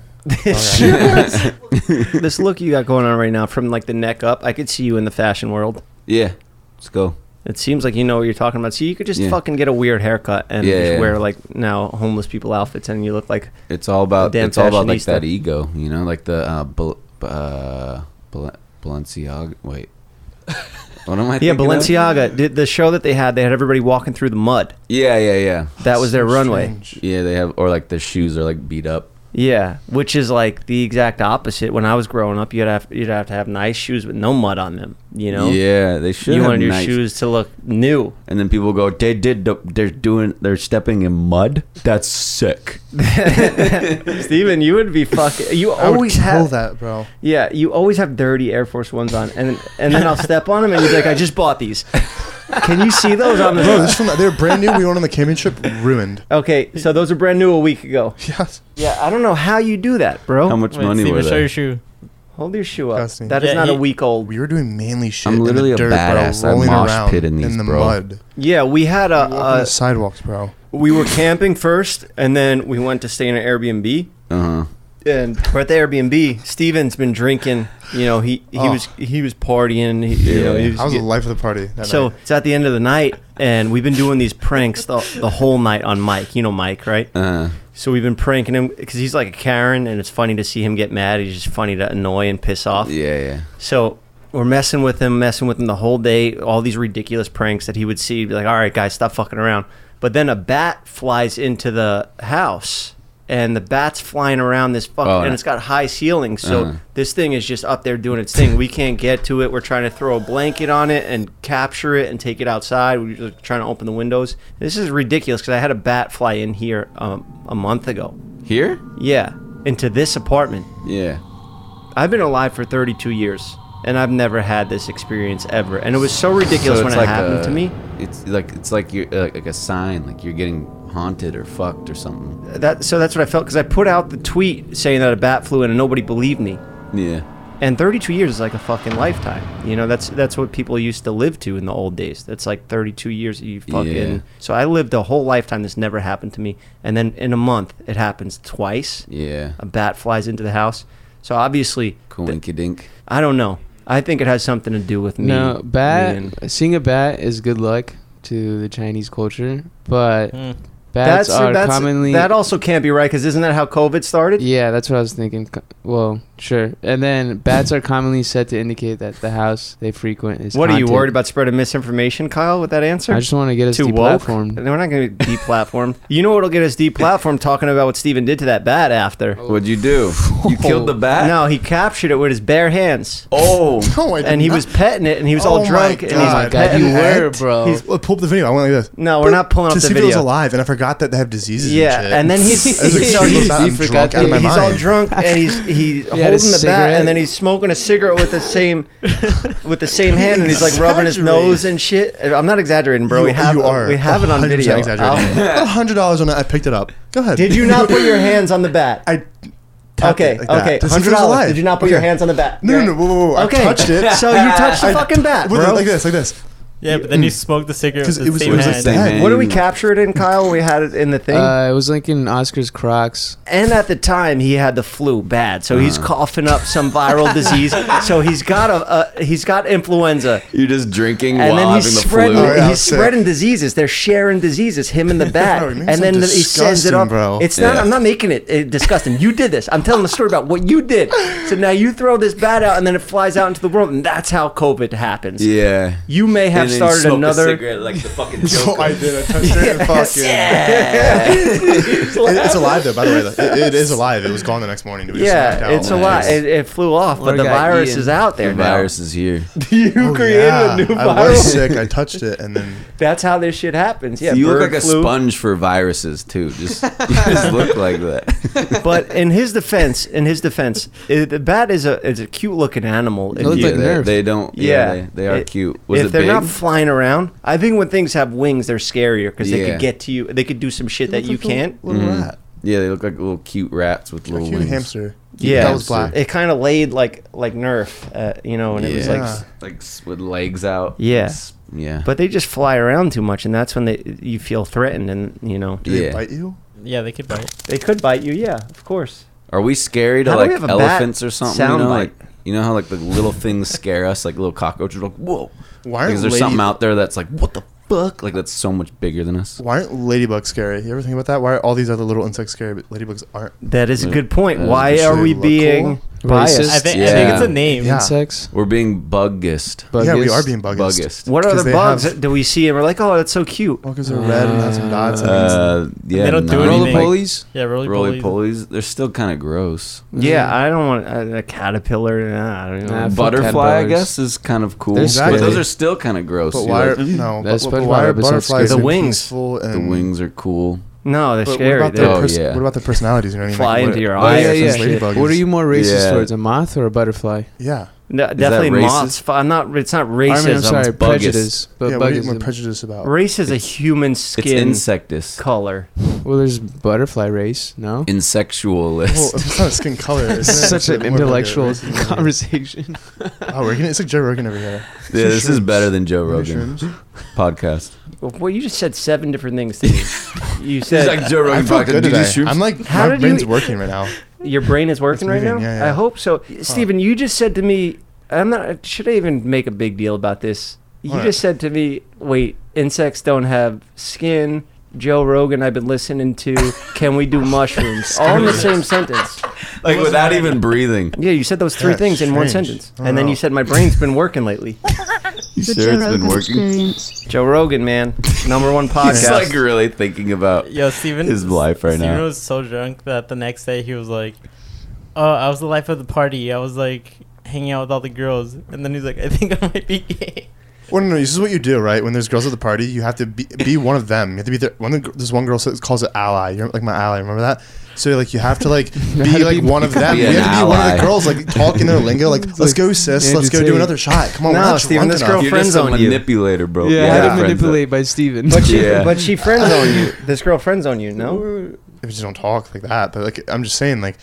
Speaker 1: this look you got going on right now, from like the neck up, I could see you in the fashion world.
Speaker 2: Yeah. Let's go.
Speaker 1: It seems like you know what you're talking about. So you could just
Speaker 2: Yeah.
Speaker 1: fucking get a weird haircut and
Speaker 2: Yeah,
Speaker 1: just
Speaker 2: yeah,
Speaker 1: wear
Speaker 2: yeah.
Speaker 1: like now homeless people outfits, and you look like
Speaker 2: It's all about
Speaker 1: Damn
Speaker 2: it's all about like
Speaker 1: fashionista.
Speaker 2: that ego, you know, like the uh, Bal- uh Bal- Balenciaga. Wait, what am
Speaker 1: yeah,
Speaker 2: I? thinking of?
Speaker 1: Balenciaga. Did the show that they had, they had everybody walking through the mud.
Speaker 2: Yeah, yeah, yeah,
Speaker 1: That was their runway.
Speaker 3: Strange.
Speaker 2: yeah. They have or like their shoes are like beat up.
Speaker 1: Yeah, which is like the exact opposite. When I was growing up, you'd have you'd have to have nice shoes with no mud on them. You know,
Speaker 2: Yeah, they should.
Speaker 1: you
Speaker 2: have
Speaker 1: wanted your
Speaker 2: nice-
Speaker 1: shoes to look new.
Speaker 2: and then people go, they did. the- They're doing. They're stepping in mud. That's sick.
Speaker 1: Steven, you would be fucking. You
Speaker 3: I would
Speaker 1: always
Speaker 3: kill
Speaker 1: have
Speaker 3: that, bro.
Speaker 1: Yeah, you always have dirty Air Force Ones on, and and then I'll step on them, and you're like, I just bought these. Can you see those on
Speaker 3: Bro,
Speaker 1: the?
Speaker 3: this one, they're brand new. We went on the championship, ruined.
Speaker 1: Okay, so those are brand new a week ago.
Speaker 3: Yes.
Speaker 1: Yeah, I don't know how you do that, bro.
Speaker 2: How much
Speaker 6: Wait,
Speaker 2: money
Speaker 6: Steven,
Speaker 2: were
Speaker 6: show
Speaker 2: they?
Speaker 6: your shoe.
Speaker 1: Hold your shoe up.
Speaker 3: Disgusting.
Speaker 1: That is
Speaker 6: Yeah,
Speaker 1: not a
Speaker 6: he-
Speaker 1: week old.
Speaker 3: We were doing manly shit.
Speaker 2: I'm
Speaker 3: in
Speaker 2: literally a
Speaker 3: the dirt,
Speaker 2: badass. I
Speaker 3: Bro, rolling
Speaker 2: mosh
Speaker 3: around
Speaker 2: pit in these,
Speaker 3: the
Speaker 2: bro.
Speaker 3: mud.
Speaker 1: Yeah, we had a.
Speaker 3: Walking on
Speaker 1: Uh,
Speaker 3: the sidewalks, bro.
Speaker 1: we were camping first, and then we went to stay in an Airbnb.
Speaker 2: Uh huh.
Speaker 1: And we're at the Airbnb. Steven's been drinking. You know, he he
Speaker 3: Oh.
Speaker 1: was he was partying. He, you know, he
Speaker 2: Yeah.
Speaker 1: was
Speaker 3: I was
Speaker 1: get-
Speaker 3: the life of the party. That
Speaker 1: So
Speaker 3: night.
Speaker 1: it's at the end of the night, and we've been doing these pranks the, the whole night on Mike. You know Mike, right?
Speaker 2: Uh,
Speaker 1: So we've been pranking him because he's like a Karen, and it's funny to see him get mad. He's just funny to annoy and piss off.
Speaker 2: yeah, yeah.
Speaker 1: So we're messing with him, messing with him the whole day. All these ridiculous pranks that he would see. He'd be like, "All right, guys, stop fucking around." But then a bat flies into the house, and the bat's flying around this fucking,
Speaker 2: Oh,
Speaker 1: and
Speaker 2: no.
Speaker 1: it's got high ceilings. So
Speaker 2: Uh-huh.
Speaker 1: this thing is just up there doing its thing. We can't get to it. We're trying to throw a blanket on it and capture it and take it outside. We're just trying to open the windows. This is ridiculous because I had a bat fly in here um, a month ago.
Speaker 2: Here?
Speaker 1: Yeah, into this apartment.
Speaker 2: Yeah.
Speaker 1: I've been alive for 32 years, and I've never had this experience ever. And it was so ridiculous
Speaker 2: So
Speaker 1: when
Speaker 2: it's
Speaker 1: it happened
Speaker 2: a-
Speaker 1: to me.
Speaker 2: It's like it's like you're uh, like a sign, like you're getting haunted or fucked or something.
Speaker 1: That so that's what I felt because I put out the tweet saying that a bat flew in, and nobody believed me.
Speaker 2: Yeah.
Speaker 1: And 32 years is like a fucking lifetime. You know, that's that's what people used to live to in the old days. That's like 32 years you fucking.
Speaker 2: Yeah.
Speaker 1: So I lived a whole lifetime this never happened to me. And then in a month it happens twice.
Speaker 2: Yeah.
Speaker 1: A bat flies into the house. So obviously
Speaker 2: Coinky dink.
Speaker 1: I don't know. I think it has something to do with me.
Speaker 5: No, bat.
Speaker 1: being-
Speaker 5: Seeing a bat is good luck to the Chinese culture, but
Speaker 6: Mm.
Speaker 5: bats are
Speaker 1: that's-
Speaker 5: commonly.
Speaker 1: that also can't be right because isn't that how COVID started?
Speaker 5: yeah, that's what I was thinking. Co- Well, sure. And then bats are commonly said to indicate that the house they frequent is.
Speaker 1: what are you
Speaker 5: haunted.
Speaker 1: worried about spreading misinformation, Kyle? With that answer,
Speaker 5: I just want to get us
Speaker 1: too woke.
Speaker 5: deplatformed.
Speaker 1: We're not going to be deplatformed. you know what'll get us deplatformed? Talking about what Steven did to that bat after.
Speaker 3: Oh,
Speaker 2: What'd you do? You killed the bat?
Speaker 1: No, he captured it with his bare hands,
Speaker 2: Oh.
Speaker 3: No, I did
Speaker 1: and he
Speaker 3: not.
Speaker 1: was petting it, and he was
Speaker 3: Oh
Speaker 1: all
Speaker 3: my
Speaker 1: drunk, and
Speaker 5: Oh
Speaker 1: he's
Speaker 5: my
Speaker 3: God.
Speaker 1: like,
Speaker 5: god,
Speaker 1: petting
Speaker 5: you
Speaker 1: it.
Speaker 5: were,
Speaker 3: hat.
Speaker 5: bro.
Speaker 3: He's, well, pull up the video. I went like this.
Speaker 1: No, we're not pulling
Speaker 3: to
Speaker 1: up the
Speaker 3: see if it was
Speaker 1: video.
Speaker 3: alive, and I forgot that they have diseases.
Speaker 1: Yeah,
Speaker 3: and, shit.
Speaker 1: and then he's-
Speaker 3: I was like,
Speaker 1: he's-
Speaker 3: "Shit,
Speaker 1: he's-
Speaker 3: I'm
Speaker 5: he
Speaker 3: drunk
Speaker 5: forgot
Speaker 3: out of my
Speaker 1: he's
Speaker 3: mind.
Speaker 1: all drunk and he's he's holding
Speaker 5: had a
Speaker 1: the bat
Speaker 5: cigarette.
Speaker 1: and then he's smoking a cigarette with the same with the same hand and he's like rubbing his nose and shit. I'm not exaggerating, bro.
Speaker 3: you,
Speaker 1: we have
Speaker 3: you are.
Speaker 1: we have it on
Speaker 3: 100%
Speaker 1: video.
Speaker 3: Exaggerating.
Speaker 1: I'll-
Speaker 3: A hundred dollars on it. I picked it up. Go ahead.
Speaker 1: Did you not put your hands on the bat?
Speaker 3: I tapped
Speaker 1: Okay,
Speaker 3: it like that
Speaker 1: okay,
Speaker 3: to see if it
Speaker 1: hundred
Speaker 3: was
Speaker 1: dollars.
Speaker 3: alive.
Speaker 1: Did you not put your
Speaker 3: Okay.
Speaker 1: hands on the bat?
Speaker 3: No, no, no. Whoa, whoa, whoa.
Speaker 1: Okay.
Speaker 3: I touched it.
Speaker 1: So you touched the
Speaker 3: I-
Speaker 1: fucking bat,
Speaker 3: With-
Speaker 1: bro.
Speaker 3: Like this, like this.
Speaker 6: Yeah, but then you smoked the cigarette with
Speaker 3: 'Cause
Speaker 6: the
Speaker 3: it was-
Speaker 6: same
Speaker 3: it was the
Speaker 6: hand.
Speaker 3: same.
Speaker 1: What did we capture it in, Kyle? We had it in the thing.
Speaker 5: Uh, it was like in Oscar's Crocs.
Speaker 1: and at the time he had the flu bad so
Speaker 3: uh.
Speaker 1: he's coughing up some viral disease so he's got a, a he's got influenza
Speaker 2: You're just drinking
Speaker 1: and
Speaker 2: while
Speaker 1: then
Speaker 2: having
Speaker 1: he's
Speaker 2: the
Speaker 1: spreading
Speaker 2: flu.
Speaker 3: Alright, I
Speaker 1: he's
Speaker 3: was sick.
Speaker 1: spreading diseases they're sharing diseases him and the bat
Speaker 3: Bro, it
Speaker 1: and
Speaker 3: makes
Speaker 1: then
Speaker 3: him
Speaker 1: the- he sends it
Speaker 3: disgusting,
Speaker 1: up
Speaker 3: bro.
Speaker 1: it's not
Speaker 2: Yeah.
Speaker 1: i'm not making it uh, disgusting you did this i'm telling the story about what you did so now you throw this bat out and then it flies out into the world and that's how covid happens
Speaker 2: Yeah.
Speaker 1: you may have
Speaker 2: And then you
Speaker 1: started
Speaker 2: smoke a
Speaker 1: another
Speaker 2: cigarette like the fucking
Speaker 3: So
Speaker 2: Joker.
Speaker 3: I did. I touched it and fucking. It- it's alive though. By the way, though. It- it is alive. It was gone the next morning. It was just knocked
Speaker 1: yeah,
Speaker 3: out.
Speaker 1: it's a lot. It, it flew off, but
Speaker 4: Or
Speaker 1: the
Speaker 4: got
Speaker 1: virus
Speaker 4: eaten.
Speaker 1: is out there
Speaker 2: The
Speaker 1: now.
Speaker 2: virus is here.
Speaker 1: You
Speaker 3: Oh,
Speaker 1: created
Speaker 3: yeah.
Speaker 1: a new
Speaker 3: I
Speaker 1: viral.
Speaker 3: was sick. I touched it, and then
Speaker 1: That's how this shit happens. Yeah,
Speaker 2: you look
Speaker 1: bird
Speaker 2: like a
Speaker 1: flu.
Speaker 2: sponge for viruses too. Just, you just look like that.
Speaker 1: But in his defense, in his defense, i the bat is a is a cute looking animal. If
Speaker 5: look
Speaker 1: you-
Speaker 5: like
Speaker 2: they,
Speaker 5: Nerf.
Speaker 2: they don't. Yeah, they, they are
Speaker 1: It-
Speaker 2: cute. Was
Speaker 1: if
Speaker 2: it
Speaker 1: they're
Speaker 2: big?
Speaker 1: not flying around, I think when things have wings, they're scarier because they
Speaker 2: Yeah.
Speaker 1: could get to you. They could do some shit that you can't.
Speaker 3: Little rat.
Speaker 2: Mm-hmm. yeah, they look like little cute rats with
Speaker 3: A
Speaker 2: Mm. little
Speaker 3: cute
Speaker 2: wings.
Speaker 3: hamster.
Speaker 1: Yeah,
Speaker 3: that was black.
Speaker 1: It kind of laid like like Nerf, uh, you know, and it was like.
Speaker 3: Yeah.
Speaker 2: s- like s- with legs out.
Speaker 1: Yeah.
Speaker 2: S- yeah.
Speaker 1: But they just fly around too much, and that's when they you feel threatened, and you know
Speaker 3: Did it
Speaker 2: yeah.
Speaker 3: bite you?
Speaker 6: Yeah, they could bite.
Speaker 1: they could bite you. Yeah, of course.
Speaker 2: Are we scary to
Speaker 1: How do we
Speaker 2: like
Speaker 1: have a bat
Speaker 2: elephants or something?
Speaker 1: sound
Speaker 2: you know,
Speaker 1: bite?
Speaker 2: like you know how like the little things scare us, like little cockroaches. Like whoa,
Speaker 3: Why
Speaker 2: like,
Speaker 3: aren't
Speaker 2: is there
Speaker 3: lady-
Speaker 2: something out there that's like what the fuck? Like that's so much bigger than us.
Speaker 3: Why aren't ladybugs scary? You ever think about that? Why are all these other little insects scary, but ladybugs aren't?
Speaker 1: That is a
Speaker 2: Yeah.
Speaker 1: good point.
Speaker 2: Uh,
Speaker 1: Why
Speaker 3: they
Speaker 1: are
Speaker 3: should
Speaker 1: we
Speaker 3: look
Speaker 1: being biased?
Speaker 5: Racist.
Speaker 6: I think, I
Speaker 2: Yeah.
Speaker 6: think it's a name.
Speaker 3: Yeah.
Speaker 5: Insects.
Speaker 2: We're being buggist.
Speaker 3: Yeah, we
Speaker 5: Buggiest.
Speaker 3: are being bugged.
Speaker 2: Buggist.
Speaker 1: What other
Speaker 3: 'Cause they
Speaker 1: bugs
Speaker 3: have-
Speaker 1: do we see and we're like, oh, that's so cute?
Speaker 3: Well, because they're red and have some dots. and things.
Speaker 2: Uh, yeah,
Speaker 6: They don't do
Speaker 2: no.
Speaker 6: anything.
Speaker 5: Roller polies.
Speaker 6: Yeah, roly
Speaker 2: Roly
Speaker 6: poly.
Speaker 2: polies. They're still kind of gross.
Speaker 1: Yeah, I don't want uh, a, a caterpillar. Nah, I don't know.
Speaker 5: Nah, fuck
Speaker 2: Butterfly, I
Speaker 5: Cadbullars.
Speaker 2: guess, is kind of cool.
Speaker 5: They're
Speaker 2: But those
Speaker 5: scary.
Speaker 2: are still kind of gross.
Speaker 3: but
Speaker 2: You
Speaker 3: why? Are,
Speaker 2: like-
Speaker 3: no,
Speaker 5: That's
Speaker 3: but, but
Speaker 5: SpongeBob
Speaker 3: why are
Speaker 5: episode
Speaker 3: butterflies
Speaker 1: scary.
Speaker 3: and
Speaker 1: The wings.
Speaker 3: peaceful and
Speaker 2: the wings are cool.
Speaker 1: no, they're
Speaker 3: But
Speaker 1: scary.
Speaker 3: What about,
Speaker 1: They're
Speaker 3: their
Speaker 2: Oh,
Speaker 3: pers-
Speaker 2: yeah.
Speaker 3: what about their personalities? You know what I mean?
Speaker 1: fly
Speaker 3: Like,
Speaker 1: into your
Speaker 5: why
Speaker 1: eye
Speaker 5: are
Speaker 1: or
Speaker 5: you-
Speaker 1: some
Speaker 3: yeah.
Speaker 1: shit.
Speaker 3: Ladybug
Speaker 5: What are
Speaker 3: is-
Speaker 5: you more racist
Speaker 2: Yeah.
Speaker 5: towards, a moth or a butterfly?
Speaker 3: Yeah.
Speaker 1: No, definitely
Speaker 2: racist?
Speaker 1: moths. Fi- I'm not. It's not
Speaker 5: I mean,
Speaker 1: racism.
Speaker 5: I'm sorry,
Speaker 2: It's buggish.
Speaker 5: prejudice. But
Speaker 3: yeah. What are you
Speaker 5: buggish.
Speaker 3: more prejudiced about?
Speaker 1: Race is a human skin
Speaker 2: It's insectist.
Speaker 1: color.
Speaker 5: well, there's butterfly race. No.
Speaker 3: Well,
Speaker 2: Insectualist.
Speaker 3: if it's not a skin color. Isn't it?
Speaker 5: It's such an
Speaker 3: What about
Speaker 5: intellectual
Speaker 3: racism?
Speaker 5: conversation.
Speaker 3: Oh, we're gonna, it's like Joe Rogan over here.
Speaker 2: yeah, this is
Speaker 3: Mushrooms.
Speaker 2: better than Joe Rogan
Speaker 3: Mushrooms.
Speaker 2: podcast.
Speaker 1: Well, you just said seven different things to me. you
Speaker 2: It's
Speaker 1: said
Speaker 2: like Joe
Speaker 3: I
Speaker 2: Rogan
Speaker 3: feel
Speaker 2: podcast.
Speaker 3: good
Speaker 2: Do you do
Speaker 3: today.
Speaker 2: shrooms?
Speaker 3: I'm like,
Speaker 1: How
Speaker 3: my
Speaker 1: did you-
Speaker 3: brain's working right now.
Speaker 1: your brain is working right now.
Speaker 3: moving, yeah, yeah.
Speaker 1: I hope so. Stephen, you just said to me, I'm not. Should I even make a big deal about this? You
Speaker 3: What?
Speaker 1: just said to me, wait, insects don't have skin. Joe Rogan, I've been listening to. Can we do mushrooms? All in the same sentence.
Speaker 2: like without even breathing.
Speaker 1: Yeah, you said those three
Speaker 3: Yeah,
Speaker 1: things in one
Speaker 3: strange.
Speaker 1: sentence,
Speaker 3: I
Speaker 1: and then
Speaker 3: know.
Speaker 1: you said my brain's been working lately.
Speaker 2: You sure it's been working?
Speaker 1: Joe Rogan, man, number one
Speaker 2: He's
Speaker 1: podcast.
Speaker 2: like really thinking about.
Speaker 6: Yo, Steven.
Speaker 2: His life right
Speaker 6: Steven
Speaker 2: now.
Speaker 6: was so drunk that the next day he was like, "Oh, I was the life of the party. I was like hanging out with all the girls." And then he's like, "I think I might be gay."
Speaker 3: Well, no, no, this is what you do, right? When there's girls at the party, you have to be, be one of them. You have to be there. One of the, gr- this one girl says, calls it ally. You're like my ally. Remember that? So like you have to like
Speaker 5: have
Speaker 3: be
Speaker 5: to
Speaker 3: like
Speaker 5: be-
Speaker 3: one of
Speaker 2: you
Speaker 3: them.
Speaker 2: have to
Speaker 3: You
Speaker 2: be an
Speaker 3: have to be one of the
Speaker 2: ally.
Speaker 3: girls like talking their lingo. Like let's
Speaker 5: like
Speaker 3: go, sis.
Speaker 5: Andrew
Speaker 3: let's go do
Speaker 5: Tate.
Speaker 3: another shot. Come on, we're
Speaker 1: No,
Speaker 3: not
Speaker 1: Steven,
Speaker 3: drunk
Speaker 1: this
Speaker 3: enough.
Speaker 1: girl-
Speaker 2: You're
Speaker 1: friends
Speaker 2: just a
Speaker 1: on you.
Speaker 2: manipulator, bro.
Speaker 5: yeah,
Speaker 2: You
Speaker 5: how
Speaker 2: got
Speaker 5: to
Speaker 2: friends
Speaker 5: manipulate by Steven.
Speaker 1: but she,
Speaker 2: Yeah.
Speaker 1: but she friends on you. This girl friends on you. No,
Speaker 3: If you just don't talk like that, but like I'm just saying, like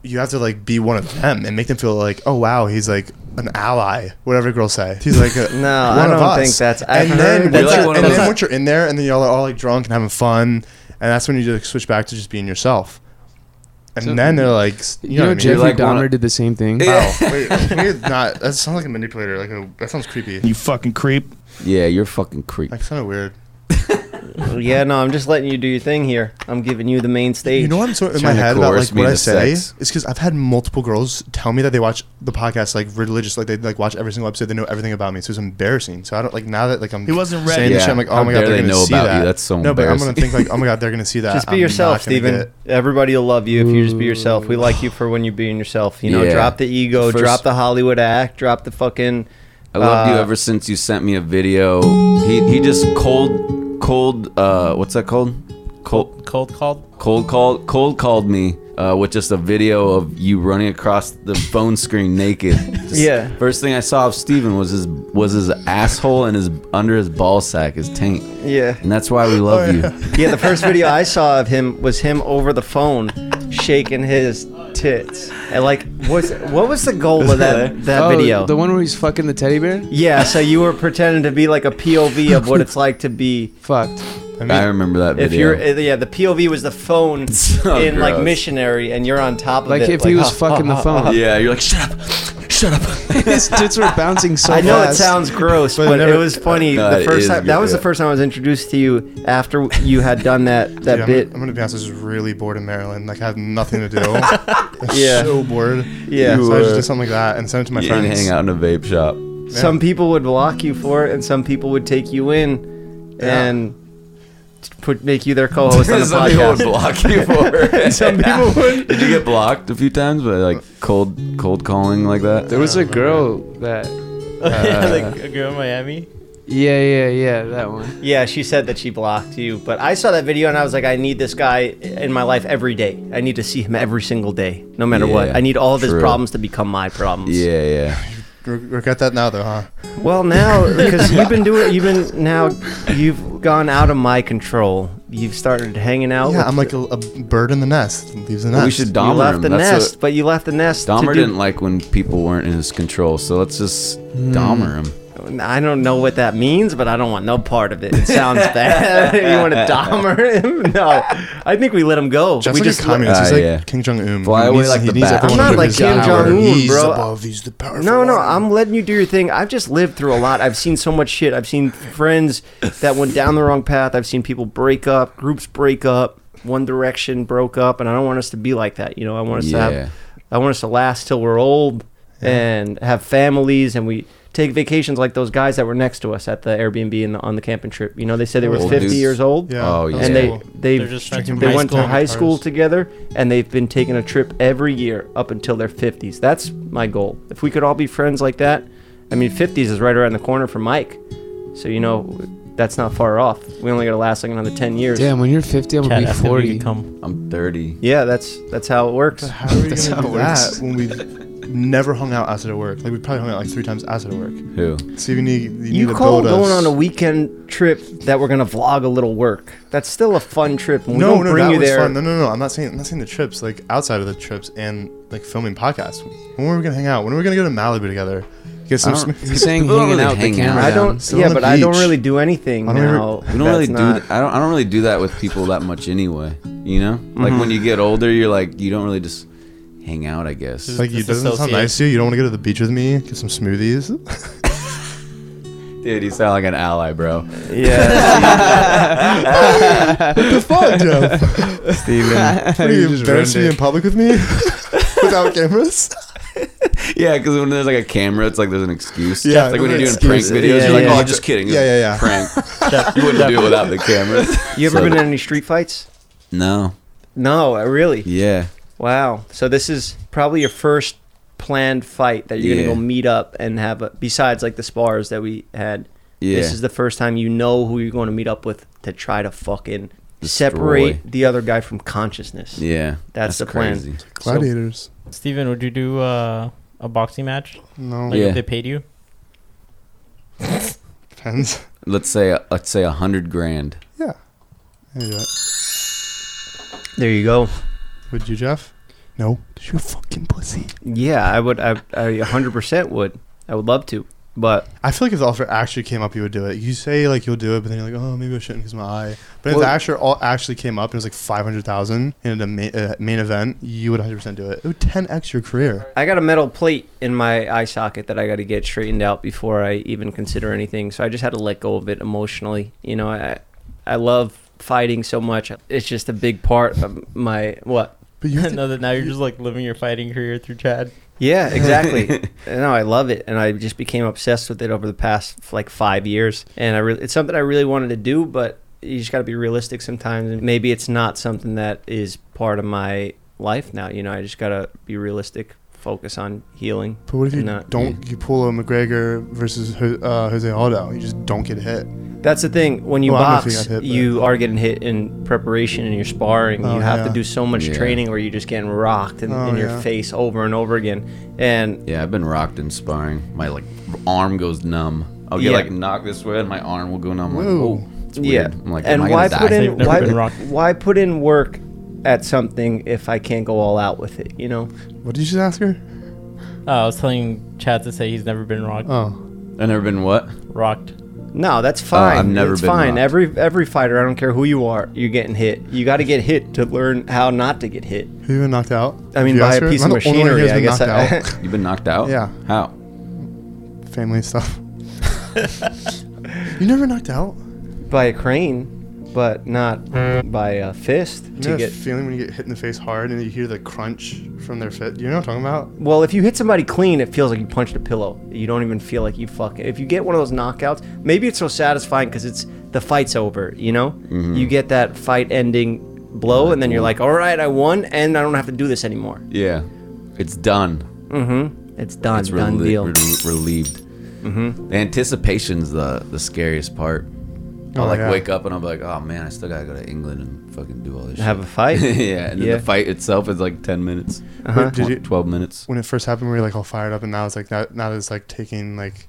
Speaker 3: you have to like be one of them and make them feel like, oh wow, he's like an ally. Whatever girls say, he's like a,
Speaker 1: No, I
Speaker 3: one of
Speaker 1: don't
Speaker 3: us.
Speaker 1: think that's- I've
Speaker 3: And then
Speaker 1: heard
Speaker 3: once
Speaker 1: that-
Speaker 3: you're, and
Speaker 1: that's
Speaker 3: then
Speaker 1: not-
Speaker 3: once you're in there, and then y'all are all like drunk and having fun, and that's when you just switch back to just being yourself. And
Speaker 5: So-
Speaker 3: then they're like, s-
Speaker 5: You know,
Speaker 3: what I mean?
Speaker 5: Jeffrey
Speaker 2: like
Speaker 5: Dahmer
Speaker 2: wanna-
Speaker 5: did the same thing.
Speaker 3: Wow, wait, we're not. That sounds like a manipulator. Like a, that sounds creepy.
Speaker 8: You fucking creep.
Speaker 2: Yeah, you're fucking creep.
Speaker 3: Like kind of weird.
Speaker 1: yeah, no, I'm just letting you do your thing here. I'm giving you the main stage.
Speaker 3: You know what I'm so in my
Speaker 2: Trying to
Speaker 3: head about like
Speaker 2: coerce me
Speaker 3: what I
Speaker 2: into
Speaker 3: say
Speaker 2: sex.
Speaker 3: is because I've had multiple girls tell me that they watch the podcast like religious, like they like watch every single episode. They know everything about me, so it's embarrassing. So I don't like now that like I'm
Speaker 8: He wasn't ready.
Speaker 3: saying this
Speaker 2: Yeah.
Speaker 3: shit. I'm like, oh
Speaker 2: How
Speaker 3: my god,
Speaker 2: dare
Speaker 3: they're
Speaker 2: they
Speaker 3: gonna
Speaker 2: know
Speaker 3: see
Speaker 2: about you.
Speaker 3: that.
Speaker 2: That's so
Speaker 3: no, but I'm gonna
Speaker 2: embarrassing.
Speaker 3: think like, oh my god, they're gonna see that.
Speaker 1: just be
Speaker 3: I'm
Speaker 1: yourself,
Speaker 3: not gonna
Speaker 1: Steven.
Speaker 3: get-
Speaker 1: Everybody will love you if you just be yourself. We like you for when you're being yourself. You know,
Speaker 2: Yeah.
Speaker 1: drop the ego,
Speaker 2: First-
Speaker 1: drop the Hollywood act, drop the fucking.
Speaker 2: I loved you
Speaker 1: Uh,
Speaker 2: ever since you sent me a video. He he just cold cold uh what's that called? Cold
Speaker 6: Cold called.
Speaker 2: cold called cold called me uh, with just a video of you running across the phone screen naked. Just
Speaker 1: Yeah.
Speaker 2: First thing I saw of Steven was his was his asshole and his under his ball sack, his taint.
Speaker 1: Yeah.
Speaker 2: And that's why we love you.
Speaker 1: Oh, Yeah, the first video I saw of him was him over the phone shaking his tits. And like, was what was the goal of that that
Speaker 5: Oh,
Speaker 1: video?
Speaker 5: The one where he's fucking the teddy bear?
Speaker 1: yeah, so you were pretending to be like a POV of what it's like to be.
Speaker 5: Fucked.
Speaker 3: I mean,
Speaker 2: I remember that
Speaker 1: If
Speaker 2: video.
Speaker 1: you're, uh, yeah, the POV was the phone
Speaker 2: So
Speaker 1: in like
Speaker 2: gross.
Speaker 1: missionary, and you're on top of
Speaker 5: Like
Speaker 1: it.
Speaker 5: if he was fucking the phone.
Speaker 2: yeah, you're like shut up, shut up.
Speaker 5: His tits were bouncing so
Speaker 1: I know it
Speaker 5: fast.
Speaker 1: sounds gross,
Speaker 3: But
Speaker 1: but,
Speaker 3: it never-
Speaker 1: it was funny.
Speaker 2: No,
Speaker 1: the
Speaker 2: it
Speaker 1: first
Speaker 2: is
Speaker 1: time,
Speaker 2: good,
Speaker 1: that was the
Speaker 2: yeah.
Speaker 1: first time I was introduced to you after you had done that that
Speaker 3: dude, I'm,
Speaker 1: bit.
Speaker 3: I'm gonna be honest. I was really bored in Maryland. Like I have nothing to do. I'm
Speaker 1: Yeah.
Speaker 3: So bored.
Speaker 1: Yeah.
Speaker 3: So I just
Speaker 2: were-
Speaker 3: did something like that and sent it to my
Speaker 2: You didn't
Speaker 3: friends.
Speaker 2: hang out in a vape shop.
Speaker 1: Some people would block you for it, and some people would take you in
Speaker 3: Yeah.
Speaker 1: and put make you their co-host on the
Speaker 2: Some people would
Speaker 1: podcast.
Speaker 2: block you for it.
Speaker 1: Some people would.
Speaker 2: Did you get blocked a few times by like cold cold calling like that?
Speaker 5: There was
Speaker 1: Oh,
Speaker 5: a girl that.
Speaker 6: yeah,
Speaker 2: Uh.
Speaker 6: like a girl in Miami.
Speaker 5: Yeah, yeah, yeah, that one.
Speaker 1: Yeah, she said that she blocked you, but I saw that video and I was like, I need this guy in my life every day. I need to see him every single day, no matter what.
Speaker 2: Yeah,
Speaker 1: I need all of his
Speaker 2: true.
Speaker 1: problems to become my problems.
Speaker 2: Yeah, yeah.
Speaker 3: Re- regret that now though, huh?
Speaker 1: Well, now because you've been doing, you've been now, you've gone out of my control. You've started hanging out.
Speaker 3: Yeah,
Speaker 1: with-
Speaker 3: I'm like a, a bird in the nest. Leaves the nest.
Speaker 2: We should
Speaker 1: you
Speaker 2: Dahmer
Speaker 1: left
Speaker 2: him.
Speaker 1: the
Speaker 2: That's
Speaker 1: nest,
Speaker 2: what-
Speaker 1: but you left the nest. to
Speaker 2: Dahmer
Speaker 1: do-
Speaker 2: didn't like when people weren't in his control, so let's just
Speaker 1: Hmm.
Speaker 2: Dahmer him.
Speaker 1: I don't know what that means, but I don't want no part of it. It sounds bad. you want to Dahmer him? No, I think we let him go.
Speaker 3: Jeff's
Speaker 1: we
Speaker 3: like just a communist.
Speaker 2: Ah,
Speaker 3: He's like
Speaker 2: yeah.
Speaker 3: Kim Jong Un.
Speaker 2: Fly away like the bat.
Speaker 1: I'm not like Kim Jong-un, bro.
Speaker 3: He's the powerful.
Speaker 1: No, no,
Speaker 3: one.
Speaker 1: I'm letting you do your thing. I've just lived through a lot. I've seen so much shit. I've seen friends that went down the wrong path. I've seen people break up, groups break up, One Direction broke up, and I don't want us to be like that. You know, I want us to
Speaker 2: Yeah.
Speaker 1: have, I want us to last till we're old and have families, and we take vacations like those guys that were next to us at the Airbnb and the, on the camping trip. You know, they said they were
Speaker 3: Old
Speaker 1: 50
Speaker 2: dudes.
Speaker 1: years old.
Speaker 3: Yeah.
Speaker 2: Oh,
Speaker 3: that's
Speaker 1: And
Speaker 2: yeah.
Speaker 1: they
Speaker 3: cool.
Speaker 1: they
Speaker 6: They're just friends from
Speaker 1: they
Speaker 6: high
Speaker 1: went
Speaker 6: school.
Speaker 1: to high school
Speaker 3: Cars.
Speaker 1: together and they've been taking a trip every year up until their 50s. That's my goal. If we could all be friends like that, I mean, 50s is right around the corner for Mike. So, you know, that's not far off. We only got to last like another 10 years.
Speaker 5: Damn, when you're 50, I'm
Speaker 6: Chad
Speaker 5: gonna be
Speaker 6: asked if we could
Speaker 5: 40.
Speaker 6: come.
Speaker 2: I'm 30.
Speaker 1: Yeah, that's that's how it works.
Speaker 3: How are we
Speaker 5: That's
Speaker 3: gonna
Speaker 5: how
Speaker 3: do
Speaker 5: it works.
Speaker 3: that when we never hung out outside of work? Like we probably hung out like three times outside of work.
Speaker 2: Who?
Speaker 3: So you need you, need
Speaker 1: You
Speaker 3: to
Speaker 1: call
Speaker 3: build
Speaker 1: going
Speaker 3: us.
Speaker 1: on a weekend trip that we're going to vlog a little work. That's still a fun trip. and We
Speaker 3: no,
Speaker 1: don't
Speaker 3: no,
Speaker 1: bring
Speaker 3: that
Speaker 1: you
Speaker 3: was
Speaker 1: there.
Speaker 3: fun. No, no, no. I'm not saying I'm not saying the trips. Like outside of the trips and like filming podcasts. When were we gonna hang out? When are we gonna go to Malibu together? Get some.
Speaker 2: I don't-
Speaker 5: He's saying
Speaker 2: People don't
Speaker 5: hanging
Speaker 2: really
Speaker 5: out
Speaker 2: hang
Speaker 5: the camera.
Speaker 2: out.
Speaker 1: I
Speaker 5: down.
Speaker 1: don't,
Speaker 3: Sit on
Speaker 1: yeah,
Speaker 3: the
Speaker 1: but I don't
Speaker 3: beach.
Speaker 1: really do anything
Speaker 3: I don't ever-
Speaker 1: now.
Speaker 2: We don't
Speaker 1: that's
Speaker 2: really do.
Speaker 1: not-
Speaker 2: That. I don't. I don't really do that with people that much anyway. You know, like
Speaker 1: Mm-hmm.
Speaker 2: when you get older, you're like you don't really just hang out. I guess.
Speaker 3: like you doesn't it sound nice to you. You don't want to go to the beach with me. Get some smoothies.
Speaker 2: Dude, you sound like an ally, bro.
Speaker 1: Yeah,
Speaker 3: Fuck Jeff.
Speaker 1: Steven.
Speaker 3: What are you embarrassing me in public with me without cameras?
Speaker 2: Yeah, because when there's like a camera, it's like there's an excuse.
Speaker 3: Yeah,
Speaker 2: it's like when you're doing
Speaker 3: there's an
Speaker 2: prank
Speaker 3: excuse.
Speaker 2: videos,
Speaker 1: Yeah,
Speaker 2: you're like,
Speaker 1: yeah.
Speaker 2: oh, just kidding.
Speaker 3: Yeah, yeah, yeah.
Speaker 2: Prank. you wouldn't do it without the camera.
Speaker 1: You ever
Speaker 2: So-
Speaker 1: been in any street fights?
Speaker 2: No.
Speaker 1: No, uh, really.
Speaker 2: Yeah.
Speaker 1: Wow. So this is probably your first planned fight that you're
Speaker 2: Yeah.
Speaker 1: gonna go meet up and have. A, besides like the spars that we had,
Speaker 2: Yeah.
Speaker 1: this is the first time you know who you're going to meet up with to try to fucking
Speaker 2: Destroy.
Speaker 1: separate the other guy from consciousness.
Speaker 2: yeah.
Speaker 1: That's the plan.
Speaker 3: Gladiators.
Speaker 6: Steven, would you do uh, a boxing match?
Speaker 3: No,
Speaker 6: Like
Speaker 2: Yeah.
Speaker 6: if they paid you?
Speaker 3: depends.
Speaker 2: Let's say let's say a hundred grand.
Speaker 3: Yeah. I do that.
Speaker 1: There you go.
Speaker 3: Would you, Jeff? No, 'cause you're a fucking pussy.
Speaker 1: Yeah, I would. I, I 100% would. I would love to, but
Speaker 3: I feel like if the offer actually came up, you would do it. You say like you'll do it, but then you're like, oh, maybe I shouldn't because my eye. But if
Speaker 1: Well-
Speaker 3: the actual all actually came up and it was like five hundred thousand in a main, uh, main event, you would 100 percent do it. It would 10x your career.
Speaker 1: I got a metal plate in my eye socket that I got to get straightened out before I even consider anything. So I just had to let go of it emotionally. You know, I I love fighting so much. It's just a big part of my what.
Speaker 3: But you have to-
Speaker 6: no, that now you're just like living your fighting career through Chad.
Speaker 1: Yeah, exactly. no, I love it, and I just became obsessed with it over the past like five years. And I really, it's something I really wanted to do, but you just got to be realistic sometimes. And maybe it's not something that is part of my life now. You know, I just got to be realistic, focus on healing.
Speaker 3: But what if you
Speaker 1: and not-
Speaker 3: don't? You pull a McGregor versus Ho- uh, Jose Aldo. You just don't get hit.
Speaker 1: That's the thing. When you
Speaker 3: Well, I don't know if
Speaker 1: box,
Speaker 3: you got hit, but-
Speaker 1: you are getting hit in preparation and you're sparring.
Speaker 3: Oh,
Speaker 1: you have
Speaker 3: yeah.
Speaker 1: to do so much
Speaker 2: Yeah.
Speaker 1: training, or you're just getting rocked in,
Speaker 3: Oh,
Speaker 1: in your
Speaker 3: yeah.
Speaker 1: face over and over again. And
Speaker 2: Yeah, I've been rocked in sparring. My like arm goes numb. I'll get
Speaker 1: Yeah.
Speaker 2: like knocked this way, and my arm will go numb. I'm
Speaker 3: Whoa.
Speaker 2: like, oh, it's weird.
Speaker 1: yeah,
Speaker 2: I'm like,
Speaker 1: and
Speaker 2: am I
Speaker 1: why
Speaker 2: gonna
Speaker 1: put
Speaker 2: die?
Speaker 1: in
Speaker 6: They've never
Speaker 1: why,
Speaker 6: been rocked.
Speaker 1: why put in work at something if I can't go all out with it? You know,
Speaker 3: What did you just ask her?
Speaker 6: Oh, I was telling Chad to say he's never been rocked.
Speaker 2: Uh.
Speaker 3: Oh,
Speaker 2: I've never been what?
Speaker 6: rocked.
Speaker 1: no, that's fine.
Speaker 2: Uh, I've never
Speaker 1: it's
Speaker 2: been
Speaker 1: fine.
Speaker 2: rocked.
Speaker 1: Every every fighter, I don't care who you are, you're getting hit. You got to get hit to learn how not to get hit.
Speaker 3: have you been knocked out?
Speaker 1: I
Speaker 3: Did
Speaker 1: mean,
Speaker 3: you
Speaker 1: by
Speaker 3: ask
Speaker 1: a
Speaker 3: her?
Speaker 1: piece
Speaker 3: Am
Speaker 1: of
Speaker 3: I the only one here
Speaker 1: machinery,
Speaker 3: who's
Speaker 1: I
Speaker 3: been
Speaker 1: guess.
Speaker 3: knocked
Speaker 1: I,
Speaker 3: out?
Speaker 2: You've been knocked out?
Speaker 3: Yeah.
Speaker 2: How?
Speaker 3: Family stuff. you never knocked out.
Speaker 1: by a crane, but not
Speaker 6: Mm.
Speaker 1: by a fist
Speaker 3: You know
Speaker 1: to
Speaker 3: that
Speaker 1: get
Speaker 3: feeling when you get hit in the face hard and you hear the crunch from their fit. You know what I'm talking about?
Speaker 1: Well, if you hit somebody clean, it feels like you punched a pillow. You don't even feel like you fucking. If you get one of those knockouts, maybe it's so satisfying because it's the fight's over. You know,
Speaker 2: Mm-hmm.
Speaker 1: you get that fight-ending blow, and then you're like, "All right, I won, and I don't have to do this anymore."
Speaker 2: Yeah. It's done.
Speaker 1: It's done,
Speaker 2: Mm-hmm. It's
Speaker 1: done
Speaker 2: reli-
Speaker 1: deal. Mm-hmm.
Speaker 2: rel- relieved. The anticipation's the the scariest part. I'll
Speaker 3: Oh,
Speaker 2: like
Speaker 3: yeah.
Speaker 2: wake up and I'll be like, oh man, I still gotta go to England and fucking do all this
Speaker 1: Have a
Speaker 2: shit.
Speaker 1: fight.
Speaker 2: yeah, and then
Speaker 1: Yeah. Uh-huh.
Speaker 2: the fight itself is like ten minutes,
Speaker 3: But did you,
Speaker 2: 12 minutes.
Speaker 3: when it first happened, we were like all fired up, and now it's like now, now it's like taking like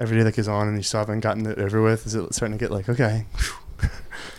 Speaker 3: every day that goes on, and you still haven't gotten it over with. Is it starting to get like okay, get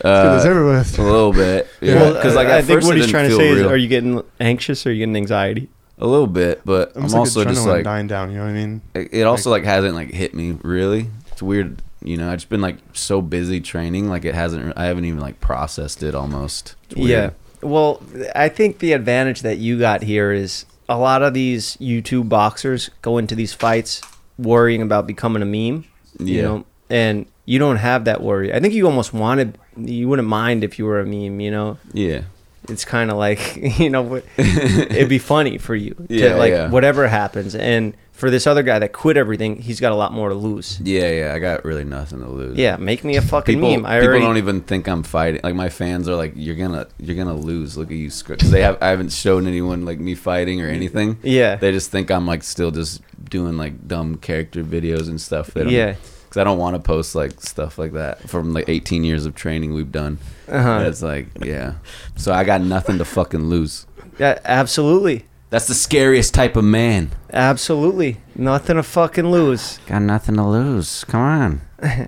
Speaker 2: Uh,
Speaker 3: this over with?
Speaker 2: a little bit, yeah.
Speaker 1: Well,
Speaker 2: Because like
Speaker 1: I-
Speaker 2: at
Speaker 1: I think
Speaker 2: first
Speaker 1: what
Speaker 2: it
Speaker 1: he's
Speaker 2: didn't
Speaker 1: trying to
Speaker 2: feel
Speaker 1: say is,
Speaker 2: real.
Speaker 1: are you getting anxious or are you getting anxiety?
Speaker 2: a little bit, but I'm
Speaker 3: Almost
Speaker 2: also just
Speaker 3: adrenaline
Speaker 2: like
Speaker 3: dying down. You know what I mean?
Speaker 2: it it also like hasn't like hit me really. It's weird, you know. I've just been like so busy training, like it hasn't. I haven't even like processed it almost. It's weird.
Speaker 1: Yeah. Well, I think the advantage that you got here is a lot of these YouTube boxers go into these fights worrying about becoming a meme. You
Speaker 2: Yeah.
Speaker 1: know, and you don't have that worry. I think you almost wanted you wouldn't mind if you were a meme, you know.
Speaker 2: yeah.
Speaker 1: It's kind of like, you know, it'd be funny for you to
Speaker 2: Yeah,
Speaker 1: like
Speaker 2: yeah.
Speaker 1: whatever happens. And for this other guy that quit everything, he's got a lot more to lose.
Speaker 2: Yeah, yeah, I got really nothing to lose.
Speaker 1: Yeah, make me a fucking
Speaker 2: people,
Speaker 1: meme. I
Speaker 2: people
Speaker 1: already
Speaker 2: don't even think I'm fighting. Like my fans are like, "You're gonna, you're gonna lose. Look at you, script." They have, I haven't shown anyone like me fighting or anything.
Speaker 1: Yeah.
Speaker 2: they just think I'm like still just doing like dumb character videos and stuff. That
Speaker 1: Yeah.
Speaker 2: because I don't want to post like stuff like that from like 18 years of training we've done.
Speaker 1: Uh-huh.
Speaker 2: That's like, yeah. So I got nothing to fucking lose.
Speaker 1: Yeah, absolutely.
Speaker 2: That's the scariest type of man.
Speaker 1: Absolutely. Nothing to fucking lose.
Speaker 4: Got nothing to lose. Come on.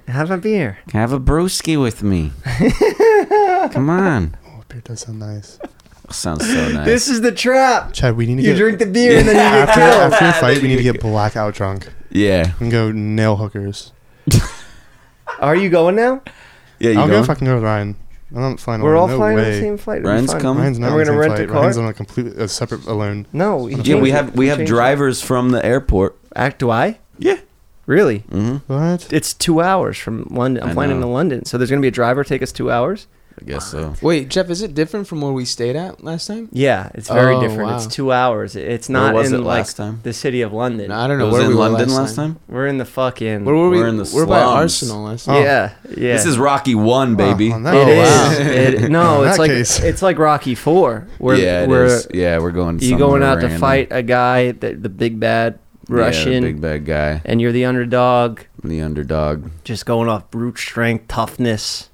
Speaker 1: Have a beer.
Speaker 4: Have a brewski with me. Come on.
Speaker 3: Oh, beer does sound nice.
Speaker 2: Sounds so nice.
Speaker 1: This is the trap.
Speaker 3: Chad, we need to
Speaker 1: You
Speaker 3: get
Speaker 1: drink the beer and then you get
Speaker 3: after,
Speaker 1: killed.
Speaker 3: after a fight. We need to get blackout drunk
Speaker 2: yeah,
Speaker 3: and go nail hookers.
Speaker 1: Are you going now?
Speaker 2: yeah. You
Speaker 3: I'll
Speaker 2: going?
Speaker 3: go fucking go with Ryan. I'm not flying.
Speaker 1: We're
Speaker 3: alone, no
Speaker 1: all flying on
Speaker 3: way.
Speaker 1: the same flight. It'll be
Speaker 2: Ryan's
Speaker 1: fine.
Speaker 2: coming?
Speaker 3: Ryan's not
Speaker 1: And
Speaker 3: on
Speaker 1: we're
Speaker 3: the
Speaker 1: gonna
Speaker 3: same
Speaker 1: rent
Speaker 3: flight.
Speaker 1: a car?
Speaker 3: Ryan's on a complete a separate alone.
Speaker 1: No, he
Speaker 2: yeah,
Speaker 1: changed
Speaker 2: we
Speaker 1: it.
Speaker 2: have
Speaker 1: He
Speaker 2: we have
Speaker 1: changed it.
Speaker 2: drivers from the airport.
Speaker 1: Act do I?
Speaker 2: Yeah.
Speaker 1: Really?
Speaker 2: Mm-hmm.
Speaker 3: What?
Speaker 1: It's two hours from London. I'm
Speaker 2: I
Speaker 1: flying
Speaker 2: know.
Speaker 1: into London, so there's gonna be a driver take us two hours.
Speaker 2: I guess so.
Speaker 5: Wait, Jeff, is it different from where we stayed at last time?
Speaker 1: Yeah, it's very
Speaker 5: Oh,
Speaker 1: different.
Speaker 5: wow.
Speaker 1: It's two hours. It's
Speaker 2: Where
Speaker 1: not
Speaker 2: was
Speaker 1: in
Speaker 2: it
Speaker 1: like
Speaker 2: last time?
Speaker 1: the city of London.
Speaker 5: No, I don't know
Speaker 2: It was
Speaker 5: where
Speaker 2: in
Speaker 5: we
Speaker 2: London
Speaker 5: were
Speaker 2: last time.
Speaker 1: We're in the fucking.
Speaker 5: Where were we?
Speaker 2: We're in the
Speaker 5: we're by
Speaker 2: slums.
Speaker 5: Arsenal last time.
Speaker 1: Yeah, yeah.
Speaker 2: This is Rocky One, baby.
Speaker 3: on
Speaker 1: It
Speaker 3: that- Oh, wow.
Speaker 1: Oh. is. It- no,
Speaker 3: In
Speaker 1: it's
Speaker 3: that
Speaker 1: like
Speaker 3: case.
Speaker 1: it's like Rocky Four. Where
Speaker 2: yeah, it
Speaker 1: where
Speaker 2: is. Yeah, we're going.
Speaker 1: you
Speaker 2: somewhere
Speaker 1: going out to
Speaker 2: random.
Speaker 1: fight a guy, the, the big bad
Speaker 2: Yeah,
Speaker 1: Russian,
Speaker 2: the big bad guy,
Speaker 1: and you're the underdog.
Speaker 2: the underdog.
Speaker 1: just going off brute strength, toughness.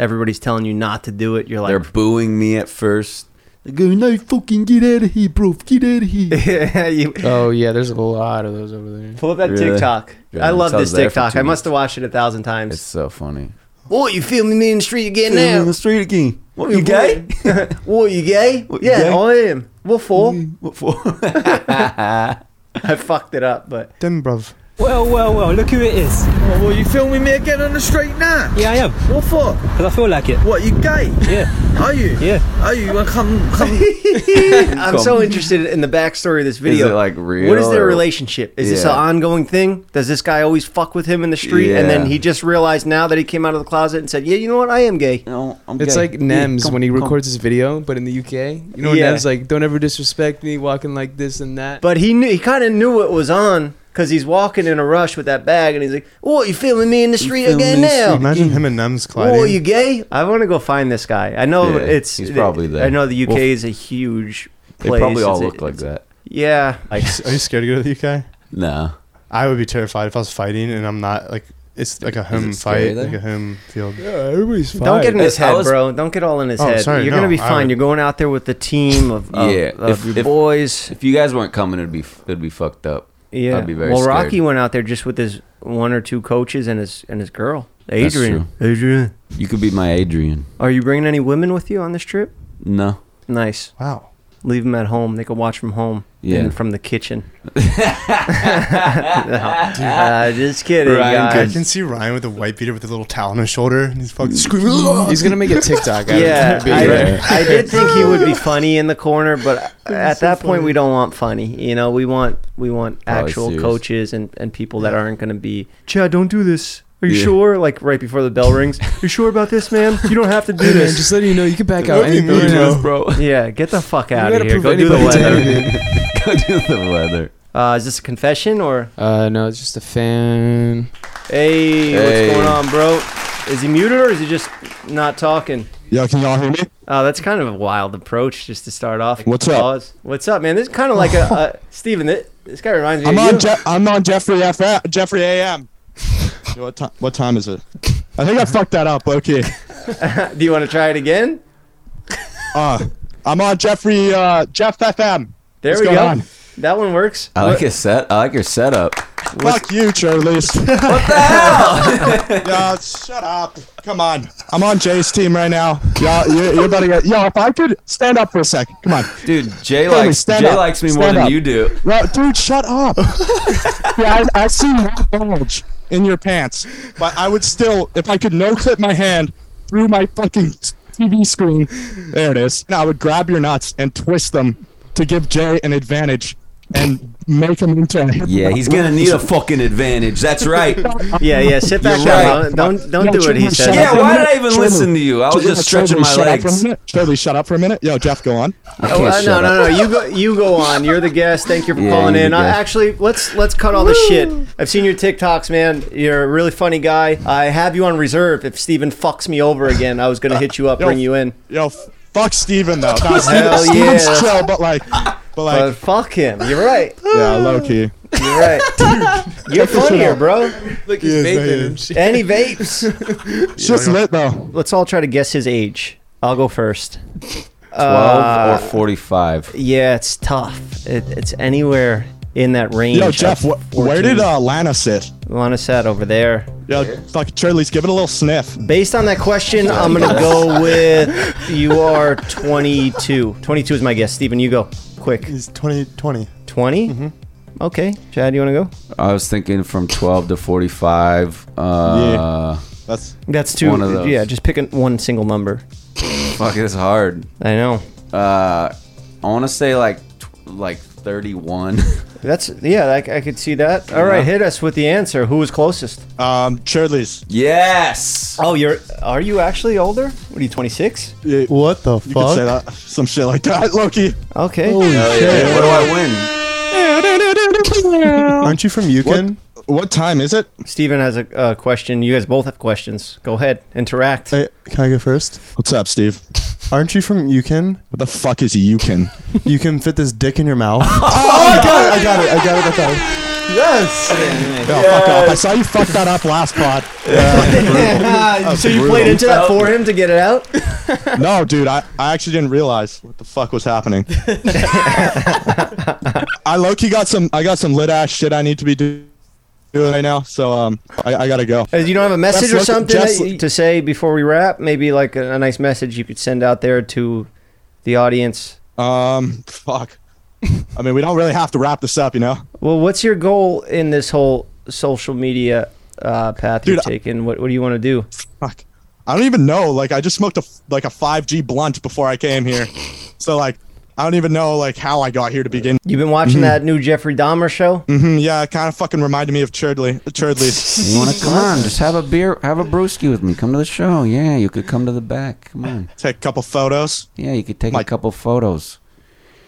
Speaker 1: Everybody's telling you not to do it. You're
Speaker 2: They're
Speaker 1: like,
Speaker 2: booing me at first. They go, "No, fucking get out of here, bro! Get out of here!"
Speaker 1: you,
Speaker 5: Oh yeah, there's a lot of those over there.
Speaker 1: pull up that
Speaker 2: Really?
Speaker 1: TikTok.
Speaker 2: Yeah,
Speaker 1: I love
Speaker 2: so I
Speaker 1: this
Speaker 2: was there for
Speaker 1: TikTok.
Speaker 2: two
Speaker 1: I must have watched it a thousand times.
Speaker 2: It's so funny.
Speaker 1: Boy, you feel me, me in the street again
Speaker 2: In
Speaker 1: now.
Speaker 2: the street again.
Speaker 1: What, you gay? what, you gay?
Speaker 2: What, you
Speaker 1: yeah,
Speaker 2: gay? Mm.
Speaker 1: I am. Well, fool. I fucked it up, but
Speaker 3: Them, bruv.
Speaker 11: Well, well, well, look who it is.
Speaker 12: Oh, well, you filming me again on the street now?
Speaker 11: Yeah, I am.
Speaker 12: What for?
Speaker 11: Because I feel like it.
Speaker 12: What, you gay?
Speaker 11: Yeah.
Speaker 12: Are you?
Speaker 11: Yeah.
Speaker 12: Are you? Well, come, come.
Speaker 1: I'm so interested in the backstory of this video.
Speaker 2: Is it, like, real
Speaker 1: What is their
Speaker 2: or-
Speaker 1: relationship? Is this an
Speaker 2: Yeah.
Speaker 1: ongoing thing? Does this guy always fuck with him in the street, and then
Speaker 2: Yeah.
Speaker 1: he just realized now that he came out of the closet and said, "Yeah, you know what? I am gay."
Speaker 4: No, I'm
Speaker 5: It's
Speaker 4: gay.
Speaker 5: like
Speaker 4: Yeah,
Speaker 5: Nems
Speaker 4: come-
Speaker 5: when he
Speaker 4: come.
Speaker 5: records his video, but in the UK, you know,
Speaker 1: Yeah.
Speaker 5: Nems like, "Don't ever disrespect me, walking like this and that."
Speaker 1: But he knew he kind of knew what was on because he's walking in a rush with that bag, and he's like, "Oh, you feeling me in the street
Speaker 4: feeling
Speaker 1: again
Speaker 4: me,
Speaker 1: now?"
Speaker 3: Imagine him and Nems colliding.
Speaker 1: Oh, you gay? I want to go find this guy. I know
Speaker 2: Yeah,
Speaker 1: it's.
Speaker 2: he's probably there.
Speaker 1: I know the UK
Speaker 2: Well,
Speaker 1: is a huge.
Speaker 2: They
Speaker 1: Place.
Speaker 2: probably all
Speaker 1: It's a-
Speaker 2: look like that.
Speaker 1: Yeah,
Speaker 3: Like, are you scared to go to the UK?
Speaker 2: No.
Speaker 3: I would be terrified if I was fighting and I'm not like it's like a home
Speaker 2: it
Speaker 3: fight,
Speaker 2: scary there?
Speaker 3: like a home field.
Speaker 5: yeah, everybody's fine.
Speaker 1: Don't get in his
Speaker 2: I
Speaker 1: head,
Speaker 2: was-
Speaker 1: bro. Don't get all in his
Speaker 3: Oh,
Speaker 1: head.
Speaker 3: sorry,
Speaker 1: You're gonna
Speaker 3: no,
Speaker 1: be
Speaker 3: I
Speaker 1: fine.
Speaker 3: would-
Speaker 1: You're going out there with the team of, of,
Speaker 2: Yeah,
Speaker 1: of
Speaker 2: if-
Speaker 1: your
Speaker 2: if-
Speaker 1: boys.
Speaker 2: If you guys weren't coming, it'd be it'd be fucked up.
Speaker 1: Yeah.
Speaker 2: I'd be very
Speaker 1: well,
Speaker 2: scared.
Speaker 1: Rocky went out there just with his one or two coaches and his and his girl,
Speaker 2: That's
Speaker 1: Adrian. Adrian,
Speaker 2: You could be my Adrian.
Speaker 1: are you bringing any women with you on this trip?
Speaker 2: No.
Speaker 1: Nice.
Speaker 3: Wow.
Speaker 1: Leave them at home. They can watch from home.
Speaker 2: Yeah.
Speaker 1: And from the kitchen. Uh, no, uh, just kidding,
Speaker 2: Ryan
Speaker 3: I
Speaker 1: guys.
Speaker 3: can see Ryan with a white beater with a little towel on his shoulder and he's fucking screaming. "Ugh!"
Speaker 5: He's gonna make a TikTok. out of
Speaker 1: Yeah,
Speaker 5: that video.
Speaker 1: I, I did think he would be funny in the corner, but at that point we don't want funny. You know, we want we want
Speaker 2: Probably
Speaker 1: actual
Speaker 2: serious.
Speaker 1: coaches and, and people that aren't going to be Chad. Don't do this. Are you
Speaker 2: Yeah.
Speaker 1: sure? Like right before the bell rings. You sure about this, man? You don't have to do
Speaker 5: Hey, man,
Speaker 1: this.
Speaker 5: just letting you know, you can back out
Speaker 3: What do you
Speaker 5: anything,
Speaker 3: mean,
Speaker 5: bro.
Speaker 3: bro?
Speaker 5: bro.
Speaker 1: Yeah, get the fuck out of
Speaker 5: gotta
Speaker 1: here.
Speaker 5: prove
Speaker 1: Go do the
Speaker 5: anybody to
Speaker 1: weather.
Speaker 2: Go do the weather.
Speaker 1: Uh, is this a confession or
Speaker 5: Uh, no, it's just a fan.
Speaker 1: hey,
Speaker 2: Hey.
Speaker 1: what's going on, bro? Is he muted or is he just not talking?
Speaker 10: Yo, can y'all hear me?
Speaker 1: Oh, that's kind of a wild approach just to start off.
Speaker 10: What's up?
Speaker 1: Pause. What's up, man? This is kind of like a uh, Steven, thi- This guy reminds me.
Speaker 10: I'm
Speaker 1: of you.
Speaker 10: on Je- I'm on Jeffrey F uh, Jeffrey AM. Yo, what time? What time is it? I think I fucked that up. Okay.
Speaker 1: Do you want to try it again?
Speaker 10: Uh, I'm on Jeffrey uh, Jeff FM.
Speaker 1: There
Speaker 10: What's
Speaker 1: we
Speaker 10: going
Speaker 1: go.
Speaker 10: on?
Speaker 1: That one works.
Speaker 2: I like your set. I like your setup.
Speaker 10: Fuck you, Charlize. what the hell? Yo, shut up. Come on. I'm on Jay's team right now. Y'all, you, you better get. Yo, if I could stand up for a second. Come on.
Speaker 2: Dude, Jay
Speaker 10: Henry,
Speaker 2: likes
Speaker 10: stand
Speaker 2: Jay
Speaker 10: up.
Speaker 2: likes me more
Speaker 10: Stand
Speaker 2: than
Speaker 10: up.
Speaker 2: you do.
Speaker 10: Yo, dude, shut up. yeah, I, I seen that bulge in your pants, but I would still, if I could no clip my hand through my fucking TV screen, there it is. And I would grab your nuts and twist them to give Jay an advantage and make him into a
Speaker 2: Yeah, he's gonna need a fucking advantage. That's right.
Speaker 1: Yeah, yeah. Sit back
Speaker 2: You're
Speaker 1: down.
Speaker 2: right.
Speaker 1: Don't don't
Speaker 10: Yo,
Speaker 1: do what he
Speaker 10: Charlie,
Speaker 1: says.
Speaker 10: shut
Speaker 2: Yeah,
Speaker 10: up for a
Speaker 2: why did
Speaker 10: minute.
Speaker 2: I even
Speaker 10: Charlie,
Speaker 2: listen to you? I was
Speaker 10: Charlie,
Speaker 2: just stretching
Speaker 10: Charlie,
Speaker 2: my
Speaker 10: shut up for a
Speaker 2: legs.
Speaker 10: minute. Charlie, shut up for a minute. Yo, Jeff, go on.
Speaker 2: I
Speaker 1: Oh,
Speaker 2: can't
Speaker 1: uh, no,
Speaker 2: shut up.
Speaker 1: no, no. You go. You go on. You're the guest. Thank you for
Speaker 2: Yeah,
Speaker 1: calling
Speaker 2: you're
Speaker 1: in.
Speaker 2: the
Speaker 1: I,
Speaker 2: guest.
Speaker 1: actually, let's let's cut all this shit. I've seen your TikToks, man. You're a really funny guy. I have you on reserve. If Steven fucks me over again, I was gonna hit you up,
Speaker 10: Yo,
Speaker 1: bring you in.
Speaker 10: Yo, f- fuck Steven, though. Nah,
Speaker 1: Hell
Speaker 10: Steven, Steven's
Speaker 1: yeah.
Speaker 10: chill, but like, but like,
Speaker 1: But fuck him. You're right.
Speaker 10: yeah, low key.
Speaker 1: You're right. You're funnier, bro.
Speaker 5: Look, he's
Speaker 3: Yeah, it's
Speaker 5: vaping
Speaker 3: not
Speaker 5: and shit.
Speaker 1: And he vapes.
Speaker 10: It's just lit, though.
Speaker 1: Let's all try to guess his age. I'll go first. Uh,
Speaker 2: Twelve or forty-five.
Speaker 1: Yeah, it's tough. It, it's anywhere in that range.
Speaker 10: Yo, Jeff, wh- where did uh, Lana sit?
Speaker 1: Lana sat over there?
Speaker 10: Yo, fuck, Charlie's, give it a little sniff.
Speaker 1: Based on that question, I'm gonna go with you are 22. 22 is my guess. Steven, you go quick.
Speaker 3: He's 20, 20.
Speaker 1: 20. Okay, Chad, you wanna go?
Speaker 2: I was thinking from twelve to forty-five. Uh,
Speaker 10: That's
Speaker 1: That's two.
Speaker 2: One of those.
Speaker 1: Yeah, just pick an, one single number.
Speaker 2: Fuck, it's hard.
Speaker 1: I know.
Speaker 2: Uh, I want to say like tw- like thirty-one.
Speaker 1: That's yeah. I, I could see that. All right,
Speaker 2: Yeah.
Speaker 1: hit us with the answer. Who was closest?
Speaker 10: um, Charlie's.
Speaker 2: yes.
Speaker 1: Oh, you're. Are you actually older? What are you? 26?
Speaker 10: You
Speaker 3: What the
Speaker 10: could
Speaker 3: fuck?
Speaker 10: say that. Some shit like that, Loki.
Speaker 1: Okay.
Speaker 2: Hey, what do I win?
Speaker 3: Aren't you from Yukon?
Speaker 10: What time is it?
Speaker 1: Steven has a uh, question. You guys both have questions. Go ahead, interact.
Speaker 3: Hey, Uh, can I go first?
Speaker 10: What's up, Steve?
Speaker 3: Aren't you from Yukon?
Speaker 10: What the fuck is Yukon?
Speaker 3: You can fit this dick in your mouth.
Speaker 10: Oh I got it. I got it. I got it. Yes. Yo, Oh, fuck off. I saw you fuck that up last pod.
Speaker 1: so you played into that for him to get it out?
Speaker 10: No, dude, I, I actually didn't realize what the fuck was happening. I low key got some I got some lit ass shit I need to be do- doing right now, so um I, I gotta go.
Speaker 1: Uh, You don't have a message
Speaker 10: Just
Speaker 1: or
Speaker 10: look-
Speaker 1: something
Speaker 10: just
Speaker 1: that-
Speaker 10: look-
Speaker 1: to say before we wrap? Maybe like a, a nice message you could send out there to the audience.
Speaker 10: Um, fuck. I mean, we don't really have to wrap this up, you know.
Speaker 1: Well, what's your goal in this whole social media uh, path you're
Speaker 10: Dude, I-
Speaker 1: taking? What What do you want to do?
Speaker 10: Fuck. I don't even know. Like, I just smoked a f- like a 5G blunt before I came here, so like, I don't even know like how I got here to begin.
Speaker 1: You've been
Speaker 10: Mm-hmm.
Speaker 1: watching that new Jeffrey Dahmer show?
Speaker 10: hmm yeah, it kind of fucking reminded me of Churdley. Churdley's.
Speaker 4: You want to come on? Just have a beer, have a brewski with me. Come to the show. Yeah, you could come to the back. Come on.
Speaker 10: Take a couple photos.
Speaker 4: Yeah, you could take a couple photos.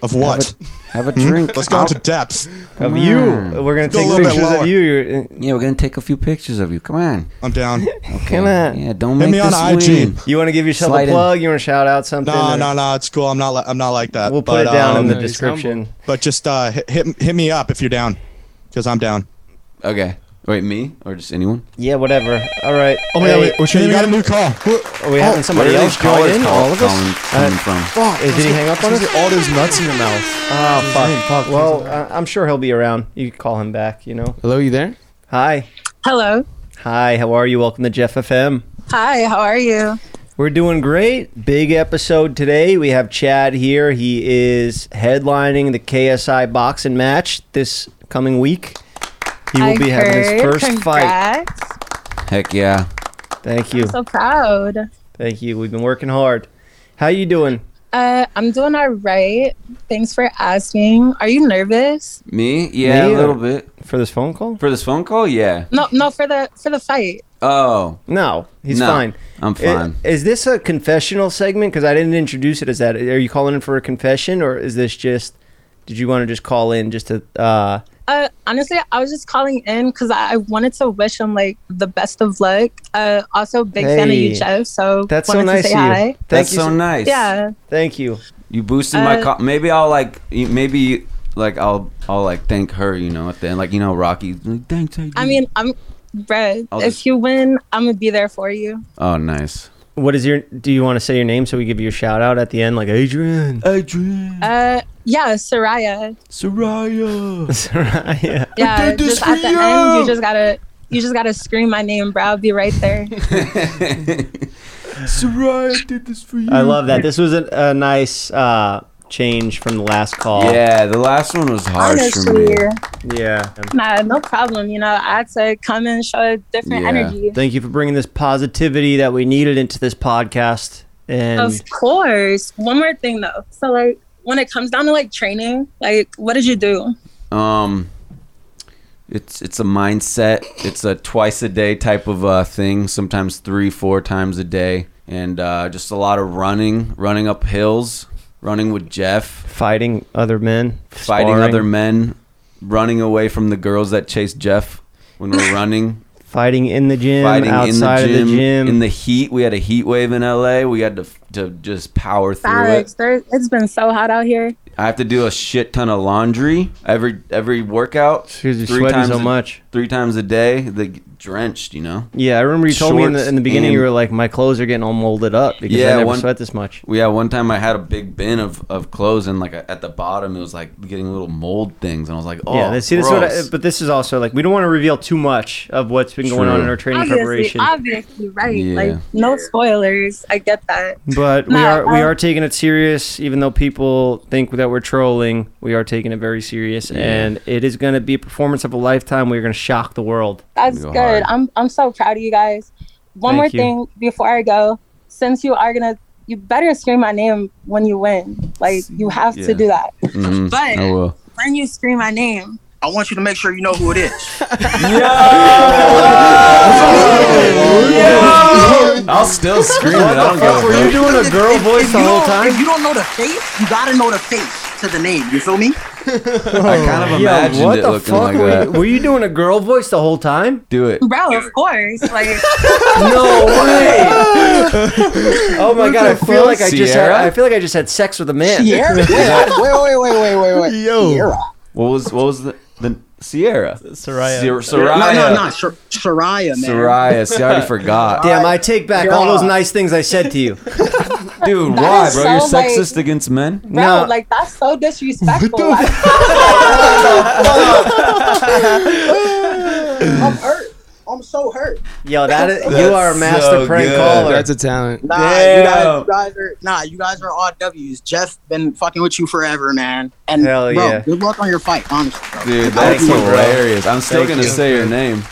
Speaker 10: Of what?
Speaker 4: Have
Speaker 10: Hmm?
Speaker 4: a, have a drink.
Speaker 10: Let's go into depth.
Speaker 1: Of you. We're gonna
Speaker 10: Go a
Speaker 1: take
Speaker 10: little bit
Speaker 1: pictures of
Speaker 10: lower.
Speaker 1: you. You're, uh,
Speaker 4: Yeah, we're gonna take a few pictures of you. Come on.
Speaker 10: I'm down.
Speaker 4: Okay.
Speaker 1: Come on.
Speaker 4: Yeah, don't
Speaker 10: Hit
Speaker 4: make
Speaker 10: me on
Speaker 4: this
Speaker 10: IG.
Speaker 4: weird.
Speaker 1: You want to give yourself
Speaker 4: Slide
Speaker 1: a
Speaker 4: in.
Speaker 1: plug? You want to shout out something?
Speaker 10: No,
Speaker 1: or-
Speaker 10: no, no. It's cool. I'm not. Li- I'm not like that.
Speaker 1: uh, We'll put it
Speaker 10: But,
Speaker 1: down in
Speaker 10: um,
Speaker 1: the
Speaker 5: he's
Speaker 1: description.
Speaker 10: But just uh, hit, hit hit me up if you're down, because I'm down.
Speaker 2: Okay. Wait, me or just anyone?
Speaker 1: Yeah, whatever. All right.
Speaker 10: Oh yeah,
Speaker 1: Hey,
Speaker 10: wait, we got a new call.
Speaker 1: Are we
Speaker 10: Oh,
Speaker 1: having somebody
Speaker 2: Where are
Speaker 1: else
Speaker 2: these callers
Speaker 1: join in?
Speaker 2: call-
Speaker 1: All of
Speaker 2: calling-
Speaker 1: us?
Speaker 2: coming
Speaker 1: Uh,
Speaker 2: from?
Speaker 1: Fuck. Did he hang up on us?
Speaker 13: all those nuts in your mouth.
Speaker 1: Oh, fuck. Well, uh, I'm sure he'll be around. You can call him back, you know?
Speaker 5: Hello, you there?
Speaker 1: Hi.
Speaker 14: Hello.
Speaker 1: Hi, how are you? Welcome to Jeff FM.
Speaker 14: Hi, how are you?
Speaker 1: We're doing great. Big episode today. We have Chad here. He is headlining the KSI boxing match this coming week. He will
Speaker 14: I
Speaker 1: be having
Speaker 14: heard.
Speaker 1: his first fight.
Speaker 14: Congrats.
Speaker 2: Heck yeah.
Speaker 1: Thank you.
Speaker 14: So proud.
Speaker 1: Thank you. We've been working hard. How you doing?
Speaker 14: Uh, I'm doing all right. Tthanks for asking. Are you nervous?
Speaker 2: Me? Yeah,
Speaker 1: Me
Speaker 2: a
Speaker 1: or-
Speaker 2: little bit.
Speaker 1: For this phone call?
Speaker 2: For this phone call? Yeah.
Speaker 14: No, no, for the for the fight.
Speaker 2: Oh.
Speaker 1: No, he's
Speaker 2: No,
Speaker 1: fine.
Speaker 2: I'm
Speaker 1: I-
Speaker 2: fine.
Speaker 1: Is this a confessional segment? Because I didn't introduce it as that. Are you calling in for a confession, or is this just? Did you want to just call in just to? Uh,
Speaker 14: Uh, honestly, I was just calling in because I, I wanted to wish him like the best of luck. Uh, also big fan of
Speaker 1: Hey.
Speaker 14: you, Jeff. So
Speaker 1: that's so
Speaker 14: wanted
Speaker 1: nice
Speaker 14: to say
Speaker 1: of you.
Speaker 14: hi.
Speaker 1: Thank
Speaker 2: That's
Speaker 1: you
Speaker 2: so nice.
Speaker 14: Yeah.
Speaker 1: Thank you.
Speaker 2: You boosted my
Speaker 14: Uh,
Speaker 2: call. Maybe I'll like. you- Maybe like I'll I'll like thank her. You know at the end, like you know Rocky. Like, Thanks. I-"
Speaker 14: I mean, I'm bruh.
Speaker 2: I'll
Speaker 14: If
Speaker 2: just-
Speaker 14: you win, I'm gonna be there for you.
Speaker 2: Oh, nice.
Speaker 1: What is your? Do you want to say your name so we give you a shout out at the end, like Adrian?
Speaker 2: Oh. Adrian.
Speaker 1: Hmm.
Speaker 14: Uh, yeah, Soraya.
Speaker 2: Soraya.
Speaker 1: Soraya.
Speaker 14: Yeah,
Speaker 2: did this
Speaker 14: just at
Speaker 2: for
Speaker 14: the end,
Speaker 2: you.
Speaker 14: you just gotta you just gotta scream my name, bro. I'll be right there.
Speaker 2: Soraya did this for you.
Speaker 1: I love that. This was a, a nice uh, change from the last call.
Speaker 2: Yeah, the last one was harsh for me.
Speaker 14: Honestly,
Speaker 1: Yeah.
Speaker 14: nah, no problem. You know, I had to come and show a different
Speaker 2: Yeah.
Speaker 14: energy.
Speaker 1: Thank you for bringing this positivity that we needed into this podcast. And
Speaker 14: Of course. One more thing though. So like when it comes down to like training, like what did you do?
Speaker 2: Um, it's it's a mindset. It's a twice a day type of uh, thing. Sometimes three, four times a day, and uh, just a lot of running, running up hills, running with Jeff,
Speaker 1: fighting other men,
Speaker 2: fighting
Speaker 1: sparring,
Speaker 2: other men, running away from the girls that chase Jeff when we're running,
Speaker 1: fighting in the gym,
Speaker 2: fighting
Speaker 1: outside
Speaker 2: in the gym,
Speaker 1: of the gym,
Speaker 2: in the heat. We had a heat wave in LA. We had to to just power through it.
Speaker 14: Facts. There, it's been so hot out here.
Speaker 2: I have to do a shit ton of laundry every every workout.
Speaker 1: Excuse me, sweating so
Speaker 2: a-
Speaker 1: much.
Speaker 2: Three times a day, they get drenched. You know.
Speaker 1: Yeah, I remember you told me in the,
Speaker 2: Shorts
Speaker 1: in the beginning
Speaker 2: and-
Speaker 1: you were like, my clothes are getting all molded up because I
Speaker 2: Yeah,
Speaker 1: never
Speaker 2: one-
Speaker 1: sweat this much.
Speaker 2: Yeah, one time I had a big bin of, of clothes and like at the bottom it was like getting little mold things and I was like, oh,
Speaker 1: yeah,
Speaker 2: yeah,
Speaker 1: this- see, this is what I, but this is also like we don't want to reveal too much of what's been going
Speaker 2: True.
Speaker 1: on in our training
Speaker 14: Obviously,
Speaker 1: preparation.
Speaker 14: obviously, right.
Speaker 2: Yeah.
Speaker 14: Like no spoilers. I get that.
Speaker 1: but we
Speaker 14: No,
Speaker 1: are we
Speaker 14: um,
Speaker 1: are taking it serious, even though people think that we're trolling. We are taking it very serious, and it is going to be a performance of a lifetime. We're going to shock the world.
Speaker 14: That's
Speaker 2: Go
Speaker 14: good.
Speaker 2: hard.
Speaker 14: I'm I'm so proud of you guys. One
Speaker 1: Thank
Speaker 14: more
Speaker 1: you.
Speaker 14: thing before I go, since you are gonna, you better scream my name when you win. Like you have
Speaker 2: Yeah.
Speaker 14: to do that.
Speaker 2: Mhm.
Speaker 14: But-
Speaker 2: I will.
Speaker 14: When you scream my name,
Speaker 13: I want you to make sure you know who it is.
Speaker 2: I'll still scream it. I don't give a fuck.
Speaker 1: doing a girl voice
Speaker 13: If you don't- If you don't know the face, you gotta know the face to the name. You feel me?
Speaker 2: I kind of imagined
Speaker 1: what
Speaker 2: it
Speaker 1: the
Speaker 2: looking
Speaker 1: fuck?
Speaker 2: like
Speaker 1: were,
Speaker 2: that.
Speaker 1: You, were you doing a girl voice the whole time?
Speaker 2: Do it.
Speaker 14: bro. Of course. Like
Speaker 1: No way! oh my god, I feel like I just had,
Speaker 2: Sierra?
Speaker 1: I feel like I just had sex with a man.
Speaker 13: Sierra? wait, wait, wait, wait, wait, wait.
Speaker 3: Yo.
Speaker 13: Sierra.
Speaker 2: What was what was the the Sierra?
Speaker 6: Soraya.
Speaker 2: Sierra,
Speaker 13: No,
Speaker 2: Soraya.
Speaker 13: no, no. Sor- Soraya, man.
Speaker 2: Soraya. See, I already forgot.
Speaker 1: Damn, I take back all
Speaker 13: Yeah.
Speaker 1: those nice things I said to you.
Speaker 2: Dude,
Speaker 14: That
Speaker 2: why,
Speaker 14: is
Speaker 2: bro? You're
Speaker 14: so, like-
Speaker 2: sexist against men?
Speaker 14: Bro,
Speaker 1: No.
Speaker 14: like that's so disrespectful. I'm hurt.
Speaker 13: I'm so hurt.
Speaker 1: Yo, that is, you are a master prank caller.
Speaker 5: That's a talent.
Speaker 13: Nah, you guys, you guys are nah, you guys are all W's. Jeff been fucking with you forever, man. And
Speaker 2: Hell
Speaker 13: bro,
Speaker 2: yeah.
Speaker 13: good luck on your fight, honestly, bro.
Speaker 2: Dude,
Speaker 13: That would
Speaker 2: that's
Speaker 13: be-
Speaker 2: hilarious. I'm still
Speaker 13: Thank
Speaker 2: gonna
Speaker 13: you.
Speaker 2: say your name,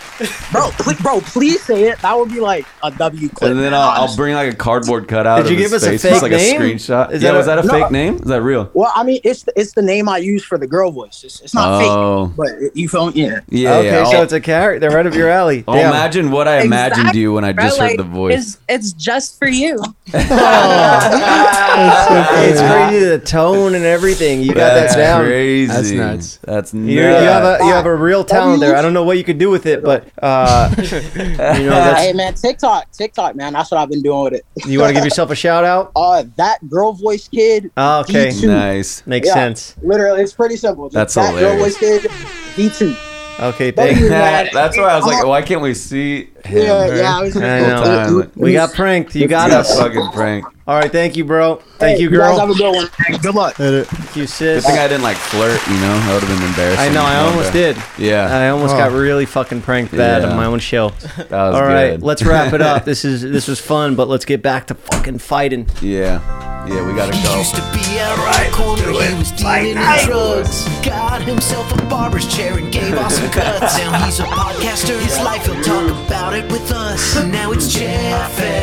Speaker 13: bro, please, bro, please say it. That would be like a W clip.
Speaker 2: and then I'll,
Speaker 13: man,
Speaker 2: I'll
Speaker 13: honestly.
Speaker 2: bring like a cardboard cutout.
Speaker 1: Did you
Speaker 2: of
Speaker 1: give
Speaker 2: his
Speaker 1: us a
Speaker 2: face,
Speaker 1: fake
Speaker 2: just like
Speaker 1: name?
Speaker 2: a screenshot?
Speaker 1: Is
Speaker 2: yeah,
Speaker 1: that
Speaker 2: was
Speaker 1: a-
Speaker 2: that a
Speaker 1: No.
Speaker 2: fake name? Is that real?
Speaker 13: Well, I mean, it's the, it's the name I use for the girl voice. It's, it's not
Speaker 2: Oh.
Speaker 13: fake, but it- you feel me? Yeah.
Speaker 2: Yeah,
Speaker 1: okay,
Speaker 2: yeah,
Speaker 1: so
Speaker 2: I'll-
Speaker 1: it's a character. They're right up your alley.
Speaker 2: Oh,
Speaker 1: Damn.
Speaker 2: imagine what I imagined you when I
Speaker 14: Bro,
Speaker 2: just
Speaker 14: like,
Speaker 2: heard the voice.
Speaker 14: It's, it's just for you.
Speaker 1: it's crazy the tone and everything. You got
Speaker 2: That's
Speaker 1: that down.
Speaker 2: crazy.
Speaker 5: That's nuts.
Speaker 2: That's nuts.
Speaker 1: You, you have a you have a real talent there. I don't know what you could do with it, but uh, you know
Speaker 13: hey
Speaker 1: that's,
Speaker 13: man, TikTok, TikTok, man. That's what I've been doing with it.
Speaker 1: you want to give yourself a shout out.
Speaker 13: Uh, that girl voice kid.
Speaker 1: Oh, okay,
Speaker 13: D2.
Speaker 2: Nice.
Speaker 1: makes
Speaker 13: Yeah,
Speaker 1: sense.
Speaker 13: Literally, it's pretty simple. Just
Speaker 2: That's
Speaker 13: that girl
Speaker 2: hilarious.
Speaker 13: voice kid. D two.
Speaker 1: Okay,
Speaker 13: Thank
Speaker 1: thank
Speaker 13: you,
Speaker 1: you.
Speaker 13: man.
Speaker 2: That's why I was like, why can't we see him?
Speaker 13: Yeah, yeah, I was
Speaker 1: I
Speaker 13: gonna-
Speaker 1: know. We got pranked. You got
Speaker 2: Yeah,
Speaker 1: us.
Speaker 2: fucking prank.
Speaker 1: All right, thank you, bro. Thank
Speaker 13: Hey,
Speaker 1: you,
Speaker 13: guys
Speaker 1: girl.
Speaker 13: have a good one. man. Good luck.
Speaker 1: Thank you,
Speaker 2: Good
Speaker 1: sis.
Speaker 2: thing I didn't like flirt. You know, that would have been embarrassing.
Speaker 1: I know. I
Speaker 2: Okay.
Speaker 1: almost did.
Speaker 2: Yeah,
Speaker 1: I almost
Speaker 2: Oh.
Speaker 1: got really fucking pranked bad
Speaker 2: Yeah.
Speaker 1: on my own show.
Speaker 2: that was
Speaker 1: All right,
Speaker 2: good.
Speaker 1: let's wrap it up. This is this was fun, but let's get back to fucking fighting.
Speaker 2: yeah, yeah, we gotta go.
Speaker 15: be out right, the corner. He was dealing in drugs. Got himself a barber's chair and gave off some cuts. now he's a podcaster. His life, he'll talk about it with us. Now it's Jeff and